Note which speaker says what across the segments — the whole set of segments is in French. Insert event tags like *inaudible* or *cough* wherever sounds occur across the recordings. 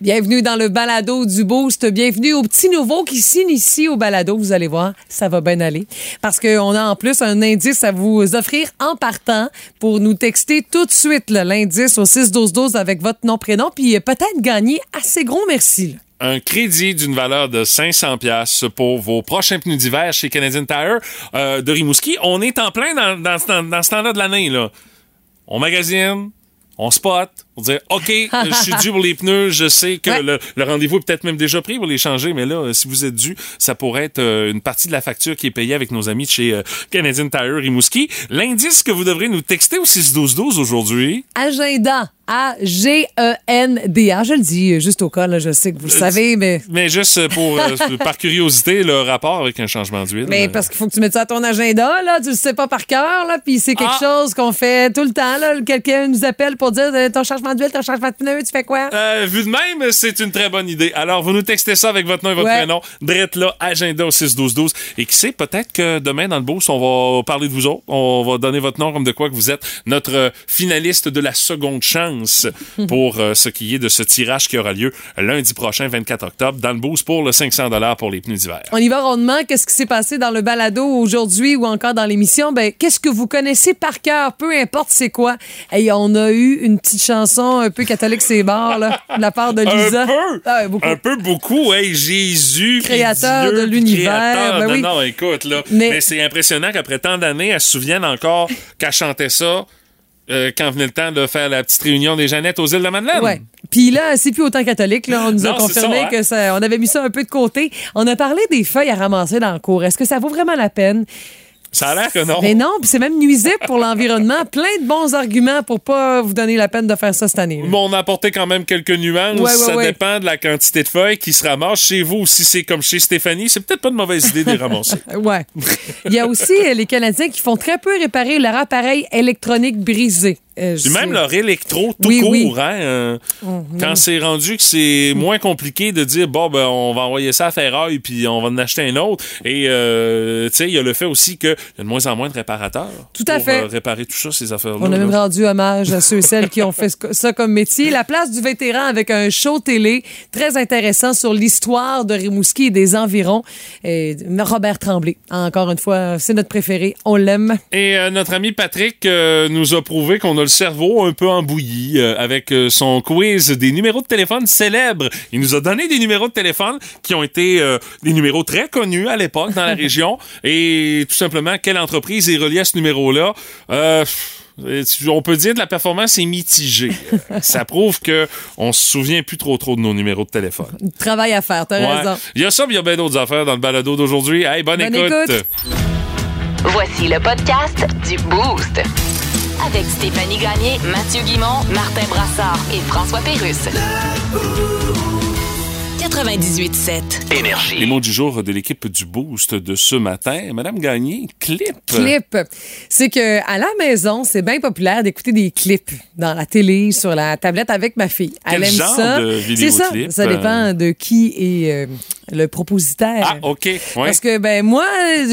Speaker 1: Bienvenue dans le balado du Boost. Bienvenue aux petits nouveaux qui s'initient au balado. Vous allez voir, ça va bien aller. Parce qu'on a en plus un indice à vous offrir en partant pour nous texter tout de suite là, l'indice au 6-12-12 avec votre nom, prénom, puis peut-être gagner assez gros merci. là.
Speaker 2: un crédit d'une valeur de 500 pièces pour vos prochains pneus d'hiver chez Canadian Tire euh, de Rimouski. On est en plein dans, dans ce temps- dans ce temps-là de l'année. Là. On magasine, on spot, on dit « OK, je suis dû pour les pneus, je sais que
Speaker 1: Ouais.
Speaker 2: le, le rendez-vous est peut-être même déjà pris pour les changer, mais là, euh, si vous êtes dû, ça pourrait être euh, une partie de la facture qui est payée avec nos amis de chez euh, Canadian Tire Rimouski. L'indice que vous devrez nous texter au 61212 aujourd'hui...
Speaker 1: Agenda. E A-G-E-N-D-A. Je le dis euh, juste au cas, là, je sais que vous le savez, mais.
Speaker 2: Mais juste euh, pour, euh, *laughs* par curiosité, le rapport avec un changement d'huile.
Speaker 1: Mais
Speaker 2: euh,
Speaker 1: parce qu'il faut que tu mettes ça à ton agenda, là, tu le sais pas par cœur, là, puis c'est quelque
Speaker 2: Ah.
Speaker 1: chose qu'on fait tout le temps, là. Quelqu'un nous appelle pour dire euh, ton changement d'huile, ton changement de pneu, tu fais quoi?
Speaker 2: Euh, vu de même, c'est une très bonne idée. Alors, vous nous textez ça avec votre nom et votre
Speaker 1: Ouais.
Speaker 2: prénom. Drette là, agenda au 6-12-12. Et qui sait, peut-être que demain, dans le boost, on va parler de vous autres. On va donner votre nom comme de quoi que vous êtes notre euh, finaliste de la seconde chance pour euh, ce qui est de ce tirage qui aura lieu lundi prochain, 24 octobre, dans le boost pour le 500 pour les pneus d'hiver.
Speaker 1: On y va rondement. Qu'est-ce qui s'est passé dans le balado aujourd'hui ou encore dans l'émission? Ben, qu'est-ce que vous connaissez par cœur? Peu importe c'est quoi. Et on a eu une petite chanson un peu catholique, c'est barre, là, de la part de Lisa.
Speaker 2: Un peu,
Speaker 1: Ah, beaucoup.
Speaker 2: un peu beaucoup, hey, Jésus, puis
Speaker 1: Créateur
Speaker 2: Dieu,
Speaker 1: de
Speaker 2: puis
Speaker 1: l'univers,
Speaker 2: créateur.
Speaker 1: ben
Speaker 2: non,
Speaker 1: oui.
Speaker 2: non, écoute là, mais,
Speaker 1: Mais-
Speaker 2: c'est impressionnant qu'après tant d'années, elle se souvienne encore qu'elle chantait ça euh, quand venait le temps de faire la petite réunion des Jeannettes aux îles de Madeleine.
Speaker 1: Ouais. Puis là, c'est plus autant catholique. Là. On nous a
Speaker 2: Non, c'est
Speaker 1: confirmé
Speaker 2: ça, hein?
Speaker 1: que ça, on avait mis ça un peu de côté. On a parlé des feuilles à ramasser dans le cours. Est-ce que ça vaut vraiment la peine?
Speaker 2: Ça a l'air que non.
Speaker 1: Mais non, puis c'est même nuisible
Speaker 2: *laughs*
Speaker 1: pour l'environnement. Plein de bons arguments pour pas vous donner la peine de faire ça cette année. là.
Speaker 2: Mais on a apporté quand même quelques nuances.
Speaker 1: Ouais, ouais,
Speaker 2: ça
Speaker 1: ouais.
Speaker 2: dépend de la quantité de feuilles qui se ramassent chez vous. Si c'est comme chez Stéphanie, c'est peut-être pas une mauvaise idée de les *laughs* ramasser.
Speaker 1: *laughs* Ouais. Il y a aussi euh, les Canadiens qui font très peu réparer leur appareil électronique brisé. Euh,
Speaker 2: Puis
Speaker 1: je
Speaker 2: même
Speaker 1: sais-
Speaker 2: leur électro tout
Speaker 1: Oui,
Speaker 2: court,
Speaker 1: oui. Oh,
Speaker 2: hein, euh, quand c'est rendu que c'est moins compliqué de dire bon ben on va envoyer ça à ferraille puis on va en acheter un autre et euh, tu sais il y a le fait aussi que y a de moins en moins de réparateurs
Speaker 1: Tout à
Speaker 2: pour,
Speaker 1: fait.
Speaker 2: euh, réparer tout ça ces affaires là.
Speaker 1: On a même rendu hommage à ceux et celles qui ont fait ce- ça comme métier. La place du vétéran avec un show télé très intéressant sur l'histoire de Rimouski et des environs. Et Robert Tremblay, encore une fois, c'est notre préféré. On l'aime.
Speaker 2: Et euh, notre ami Patrick euh, nous a prouvé qu'on a le cerveau un peu embouilli euh, avec euh, son quiz des numéros de téléphone célèbres. Il nous a donné des numéros de téléphone qui ont été euh, des numéros très connus à l'époque
Speaker 1: *laughs*
Speaker 2: dans la région. Et tout simplement, quelle entreprise est reliée à ce numéro-là? Euh, pff, on peut dire que la performance est mitigée. Euh, Ça prouve que on se souvient plus trop trop de nos numéros de téléphone.
Speaker 1: Travail à faire, t'as
Speaker 2: Ouais.
Speaker 1: raison.
Speaker 2: Il y a ça, mais il y a bien d'autres affaires dans le balado d'aujourd'hui. Hey, bonne,
Speaker 1: Bonne
Speaker 2: écoute.
Speaker 1: écoute.
Speaker 3: Voici le podcast du Boost. Avec Stéphanie Gagné, Mathieu Guimont, Martin Brassard et François Pérusse. 98.7.
Speaker 2: Les mots du jour de l'équipe du Boost de ce matin. Madame Gagné, clip.
Speaker 1: Clip. C'est que à la maison, c'est bien populaire d'écouter des clips dans la télé, sur la tablette avec ma fille. Elle
Speaker 2: Quel
Speaker 1: aime
Speaker 2: genre
Speaker 1: ça.
Speaker 2: de
Speaker 1: c'est ça.
Speaker 2: vidéoclip?
Speaker 1: Ça dépend de qui est euh, le propositaire.
Speaker 2: Ah, OK. Ouais.
Speaker 1: Parce que, ben, moi,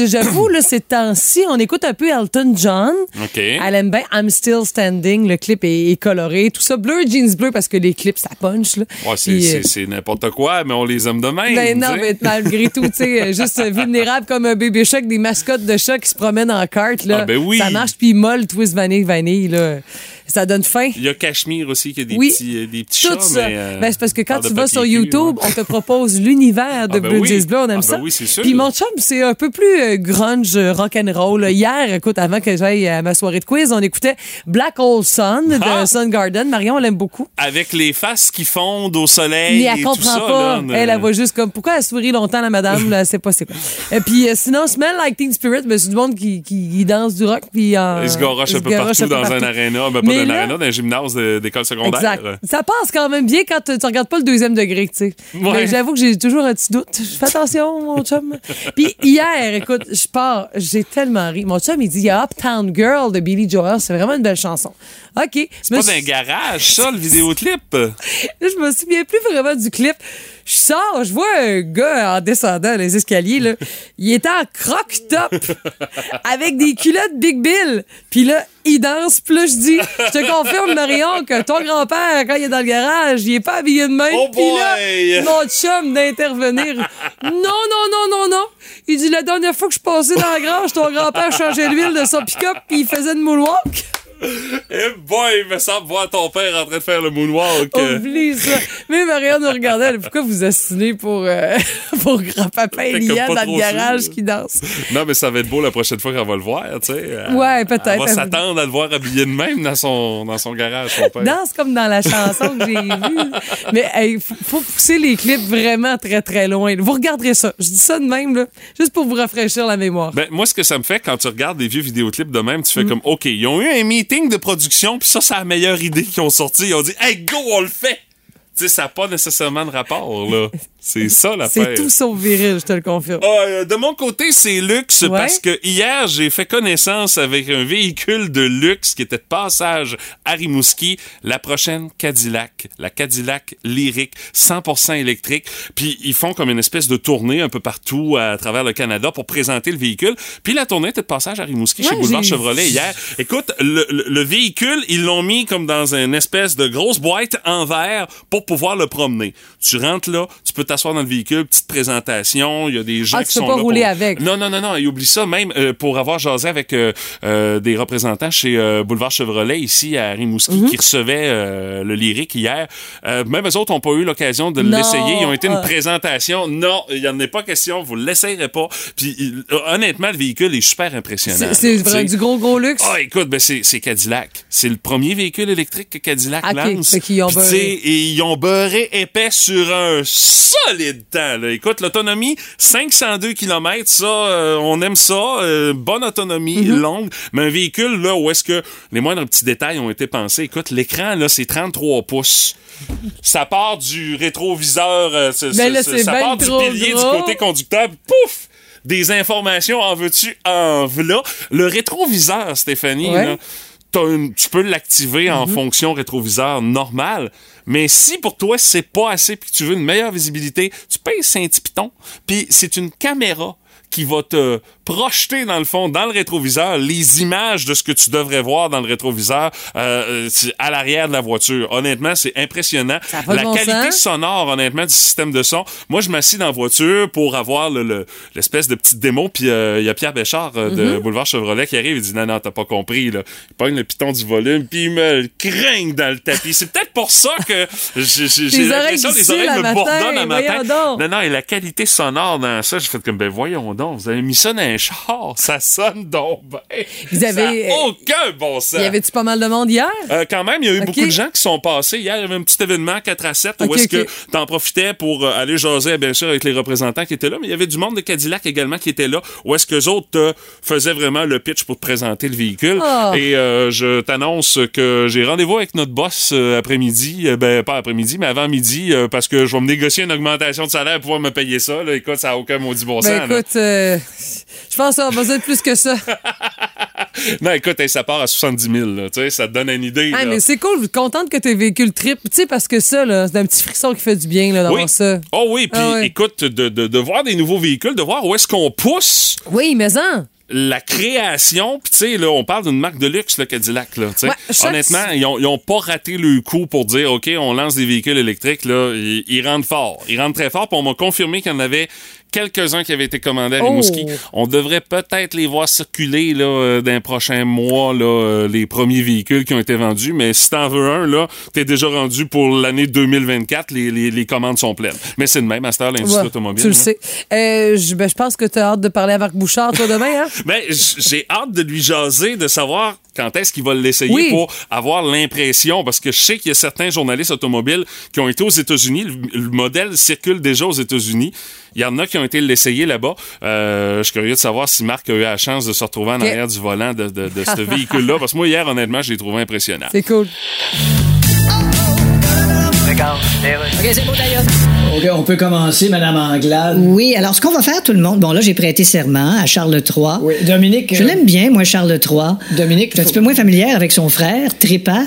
Speaker 1: j'avoue, là, ces temps-ci, on écoute un peu Elton John.
Speaker 2: OK.
Speaker 1: Elle aime bien I'm Still Standing. Le clip est, est coloré. Tout ça, bleu, jeans bleu, parce que les clips, ça punch, là.
Speaker 2: Ouais, c'est,
Speaker 1: Puis, euh,
Speaker 2: c'est- c'est n'importe quoi, mais on les aime de même.
Speaker 1: ben non,
Speaker 2: tu sais.
Speaker 1: mais
Speaker 2: *laughs*
Speaker 1: malgré tout, tu sais, euh, juste euh, vulnérable comme un bébé chat, avec des mascottes de chats qui se promènent en carte, là.
Speaker 2: Ah, ben oui.
Speaker 1: Ça marche, puis molle, twist, vanille, vanille, là. Ça donne faim.
Speaker 2: Il y a Cachemire aussi qui a des
Speaker 1: Oui,
Speaker 2: petits, euh, des petits
Speaker 1: Tout
Speaker 2: chats.
Speaker 1: ça.
Speaker 2: mais, euh,
Speaker 1: Ben, c'est parce que quand
Speaker 2: par de
Speaker 1: tu vas
Speaker 2: papier
Speaker 1: sur
Speaker 2: cul,
Speaker 1: YouTube,
Speaker 2: ouais.
Speaker 1: on te propose *laughs* l'univers de
Speaker 2: Ah, ben
Speaker 1: Blue
Speaker 2: oui.
Speaker 1: Jeans Bleu, on aime
Speaker 2: Ah, ben
Speaker 1: ça.
Speaker 2: oui, c'est sûr.
Speaker 1: Puis mon chum, c'est un peu plus euh, grunge, euh, rock'n'roll. Hier, écoute, avant que j'aille à ma soirée de quiz, on écoutait Black Hole Sun de
Speaker 2: Ah!
Speaker 1: Sun Garden. Marion, on l'aime beaucoup.
Speaker 2: Avec les faces qui fondent au soleil.
Speaker 1: Mais elle
Speaker 2: et tout
Speaker 1: comprend
Speaker 2: ça,
Speaker 1: pas.
Speaker 2: là, on,
Speaker 1: elle,
Speaker 2: euh,
Speaker 1: elle voit juste comme pourquoi elle sourit longtemps la madame, là, elle sait pas c'est quoi. Et puis euh, sinon, Smell Like Teen Spirit, ben, c'est du monde qui, qui, qui danse du rock puis euh,
Speaker 2: Ils se garochent un peu
Speaker 1: garoche
Speaker 2: partout dans un aréna. Ben, pas
Speaker 1: Mais
Speaker 2: d'un
Speaker 1: là-
Speaker 2: aréna, d'un gymnase de- d'école secondaire.
Speaker 1: Exact. Ça passe quand même bien quand euh, tu, tu regardes pas le deuxième degré, tu sais.
Speaker 2: Ouais.
Speaker 1: Mais J'avoue que j'ai toujours un petit doute. Je fais attention, mon chum. Puis hier, écoute, je pars, j'ai tellement ri. Mon chum, il dit, il y a Uptown Girl de Billy Joel. C'est vraiment une belle chanson. OK.
Speaker 2: C'est pas d'un garage, ça, le vidéoclip.
Speaker 1: Là, je me souviens plus vraiment du clip. Je sors, je vois un gars en descendant les escaliers, là. Il est en
Speaker 2: *laughs*
Speaker 1: croque-top avec des culottes Big Bill. Puis là, il danse. Plus je dis, je te confirme, Marion, que ton grand-père, quand il est dans le garage, il est pas habillé de même.
Speaker 2: Oh
Speaker 1: Puis là,
Speaker 2: boy!
Speaker 1: mon chum d'intervenir. Non, non, non, non, non. Il dit, la dernière fois que je passais dans la grange, ton grand-père changeait l'huile de son pick-up puis il faisait une moonwalk.
Speaker 2: Eh boy, il me semble voir ton père en train de faire le moonwalk.
Speaker 1: Oh,
Speaker 2: euh,
Speaker 1: Oublie ça. Mais Marion nous regardait. elle, Pourquoi vous assinez pour, euh, *laughs* pour grand-papa
Speaker 2: Fait que
Speaker 1: Elian
Speaker 2: pas
Speaker 1: dans
Speaker 2: trop
Speaker 1: le garage
Speaker 2: sûr.
Speaker 1: qui danse?
Speaker 2: Non, mais ça va être beau la prochaine fois qu'on va le voir, tu sais. Euh,
Speaker 1: Ouais, peut-être.
Speaker 2: On va s'attendre à le voir habillé de même dans son, dans son garage, son père.
Speaker 1: Danse comme dans la chanson que j'ai vue. Mais hey, faut, faut pousser les clips vraiment très, très loin. Vous regarderez ça. Je dis ça de même, là, juste pour vous rafraîchir la mémoire.
Speaker 2: Ben, moi, ce que ça me fait quand tu regardes des vieux vidéoclips de même,
Speaker 1: Mm.
Speaker 2: tu fais comme, OK, ils ont eu un meeting de production, puis ça, c'est la meilleure idée qu'ils ont sortie. Ils ont dit, hey, go, on le fait! Tu sais, ça n'a pas nécessairement de rapport, là. C'est ça, la
Speaker 1: C'est tout sauf viril, je te le confirme.
Speaker 2: Euh, de mon côté, c'est luxe
Speaker 1: Ouais.
Speaker 2: parce que hier, j'ai fait connaissance avec un véhicule de luxe qui était de passage à Rimouski, la prochaine Cadillac, la Cadillac Lyrique, 100% électrique. Puis ils font comme une espèce de tournée un peu partout à travers le Canada pour présenter le véhicule. Puis la tournée était de passage à Rimouski chez
Speaker 1: Ouais,
Speaker 2: Boulevard
Speaker 1: j'ai-
Speaker 2: Chevrolet hier. Écoute, le, le- le véhicule, ils l'ont mis comme dans une espèce de grosse boîte en verre pour pouvoir le promener. Tu rentres là, tu peux t'asseoir dans le véhicule, petite présentation, il y a des gens
Speaker 1: Ah,
Speaker 2: qui
Speaker 1: tu peux
Speaker 2: sont
Speaker 1: pas
Speaker 2: là
Speaker 1: rouler
Speaker 2: pour-
Speaker 1: avec.
Speaker 2: Non, non, non, non. Et oublie ça, même euh, pour avoir jasé avec euh, euh, des représentants chez euh, Boulevard Chevrolet, ici à Rimouski,
Speaker 1: Mhm.
Speaker 2: qui recevaient euh, le lyrique hier. euh, même eux autres n'ont pas eu l'occasion de
Speaker 1: Non,
Speaker 2: l'essayer. Ils ont été une
Speaker 1: ah.
Speaker 2: présentation. Non, il n'y en est pas question. Vous ne l'essayerez pas. Puis, il- honnêtement, le véhicule est super impressionnant.
Speaker 1: C'est- C'est
Speaker 2: là,
Speaker 1: vraiment
Speaker 2: euh, tu sais.
Speaker 1: du gros, gros luxe.
Speaker 2: Ah, écoute, ben c'est c'est Cadillac. C'est le premier véhicule électrique que Cadillac
Speaker 1: Ok,
Speaker 2: lance.
Speaker 1: fait qu'ils ont
Speaker 2: Puis, tu sais,
Speaker 1: beurré.
Speaker 2: Et ils ont beurré épais sur un solide temps. Là. Écoute, l'autonomie, 502 km, ça, euh, on aime ça. euh, bonne autonomie,
Speaker 1: Mhm.
Speaker 2: longue. Mais un véhicule, là, où est-ce que les moindres petits détails ont été pensés. Écoute, l'écran, là, c'est 33 pouces. Ça part du rétroviseur, euh, ce-
Speaker 1: Ben
Speaker 2: ce-
Speaker 1: là,
Speaker 2: ce-
Speaker 1: c'est
Speaker 2: ça
Speaker 1: ben
Speaker 2: part du
Speaker 1: trop
Speaker 2: pilier
Speaker 1: drôle.
Speaker 2: du côté conducteur, pouf! Des informations en veux-tu, en v'là. Le rétroviseur, Stéphanie,
Speaker 1: Ouais. Mm-hmm.
Speaker 2: là, t'as une- tu peux l'activer en fonction rétroviseur normale, mais si pour toi c'est pas assez puis que tu veux une meilleure visibilité, tu pèses un petit piton, puis c'est une caméra qui va te projeter dans le fond, dans le rétroviseur, les images de ce que tu devrais voir dans le rétroviseur euh, euh, à l'arrière de la voiture. Honnêtement, c'est impressionnant.
Speaker 1: Ça a pas de
Speaker 2: La
Speaker 1: bon
Speaker 2: qualité
Speaker 1: sens.
Speaker 2: sonore, honnêtement, du système de son. Moi, je m'assis dans la voiture pour avoir le- le- l'espèce de petite démo. Puis euh, il y a Pierre Béchard euh,
Speaker 1: Mm-hmm.
Speaker 2: de Boulevard Chevrolet qui arrive et dit Non, non, t'as pas compris. Là. Il pogne le piton du volume, puis il me le craigne dans le tapis. C'est peut-être pour ça que j'ai j'ai- j'ai
Speaker 1: Tes oreilles
Speaker 2: l'impression que les
Speaker 1: difficiles
Speaker 2: oreilles
Speaker 1: à
Speaker 2: me
Speaker 1: matin,
Speaker 2: bourdonnent à matin.
Speaker 1: voyons donc.
Speaker 2: Non, non, et la qualité sonore dans ça, j'ai fait comme Ben voyons donc, vous avez mis ça dans un char. Ça sonne donc bien.
Speaker 1: Vous
Speaker 2: Ça a
Speaker 1: avez, euh,
Speaker 2: aucun bon sens.
Speaker 1: Y avait-tu pas mal de monde hier?
Speaker 2: Euh, quand même, il y a eu
Speaker 1: Ok.
Speaker 2: beaucoup de gens qui sont passés. Hier, il y avait un petit événement 4 à 7
Speaker 1: Ok,
Speaker 2: où est-ce
Speaker 1: ok.
Speaker 2: que t'en profitais pour euh, aller jaser, bien sûr, avec les représentants qui étaient là, mais il y avait du monde de Cadillac également qui était là où est-ce qu'eux autres te faisaient vraiment le pitch pour te présenter le véhicule.
Speaker 1: Ah.
Speaker 2: Et euh, je t'annonce que j'ai rendez-vous avec notre boss euh, après-midi, euh, ben pas après-midi, mais avant midi, euh, parce que je vais me négocier une augmentation de salaire pour pouvoir me payer ça. Là. Écoute, ça n'a aucun maudit bon sens.
Speaker 1: Ben
Speaker 2: là.
Speaker 1: écoute, euh, *laughs* je pense qu'on va être plus
Speaker 2: *laughs*
Speaker 1: que ça.
Speaker 2: Non, écoute, hey, ça part à 70 000. là. Tu sais, ça te donne une idée.
Speaker 1: Ah,
Speaker 2: là.
Speaker 1: mais c'est cool, contente que tes véhicules trip, tu sais, parce que ça, là, c'est un petit frisson qui fait du bien, là, d'avoir
Speaker 2: Oui.
Speaker 1: ça.
Speaker 2: Oh oui, puis
Speaker 1: Ah ouais.
Speaker 2: écoute, de, de, de voir des nouveaux véhicules, de voir où est-ce qu'on pousse
Speaker 1: Oui, mais en.
Speaker 2: la création. Puis tu sais, là, on parle d'une marque de luxe, le Cadillac. Là, tu sais.
Speaker 1: Ouais, chaque-
Speaker 2: Honnêtement, ils ont, ils ont pas raté le coup pour dire, OK, on lance des véhicules électriques. Là, ils, ils rentrent fort. Ils rentrent très fort. Puis on m'a confirmé qu'il y en avait quelques-uns qui avaient été commandés à
Speaker 1: Oh.
Speaker 2: Rimouski. On devrait peut-être les voir circuler là, euh, dans les prochains mois, là, euh, les premiers véhicules qui ont été vendus. Mais si t'en veux un, là, t'es déjà rendu pour l'année 2024. Les, les, les commandes sont pleines. Mais c'est de même à cette heure, l'industrie
Speaker 1: Ouais,
Speaker 2: automobile.
Speaker 1: tu le
Speaker 2: là.
Speaker 1: sais. Euh, je ben, je pense que tu as hâte de parler à Marc Bouchard,
Speaker 2: *laughs*
Speaker 1: toi, demain. Hein?
Speaker 2: Ben, j- j'ai hâte de lui jaser, de savoir quand est-ce qu'il va l'essayer
Speaker 1: Oui.
Speaker 2: pour avoir l'impression, parce que je sais qu'il y a certains journalistes automobiles qui ont été aux États-Unis. Le, le modèle circule déjà aux États-Unis. Il y en a qui ont été l'essayer là-bas. Euh, je suis curieux de savoir si Marc a eu la chance de se retrouver en
Speaker 1: Ok.
Speaker 2: arrière du volant de, de- de ce véhicule-là, parce que moi, hier, honnêtement, je l'ai trouvé impressionnant.
Speaker 1: C'est cool.
Speaker 4: OK, on peut commencer, Madame Anglade.
Speaker 5: Oui, alors ce qu'on va faire, tout le monde, bon là j'ai prêté serment à Charles III.
Speaker 4: Oui, Dominique.
Speaker 5: Je
Speaker 4: euh,
Speaker 5: l'aime bien, moi, Charles III.
Speaker 4: Dominique,
Speaker 5: Je suis un
Speaker 4: faut-
Speaker 5: petit peu moins familière avec son frère, Trépas.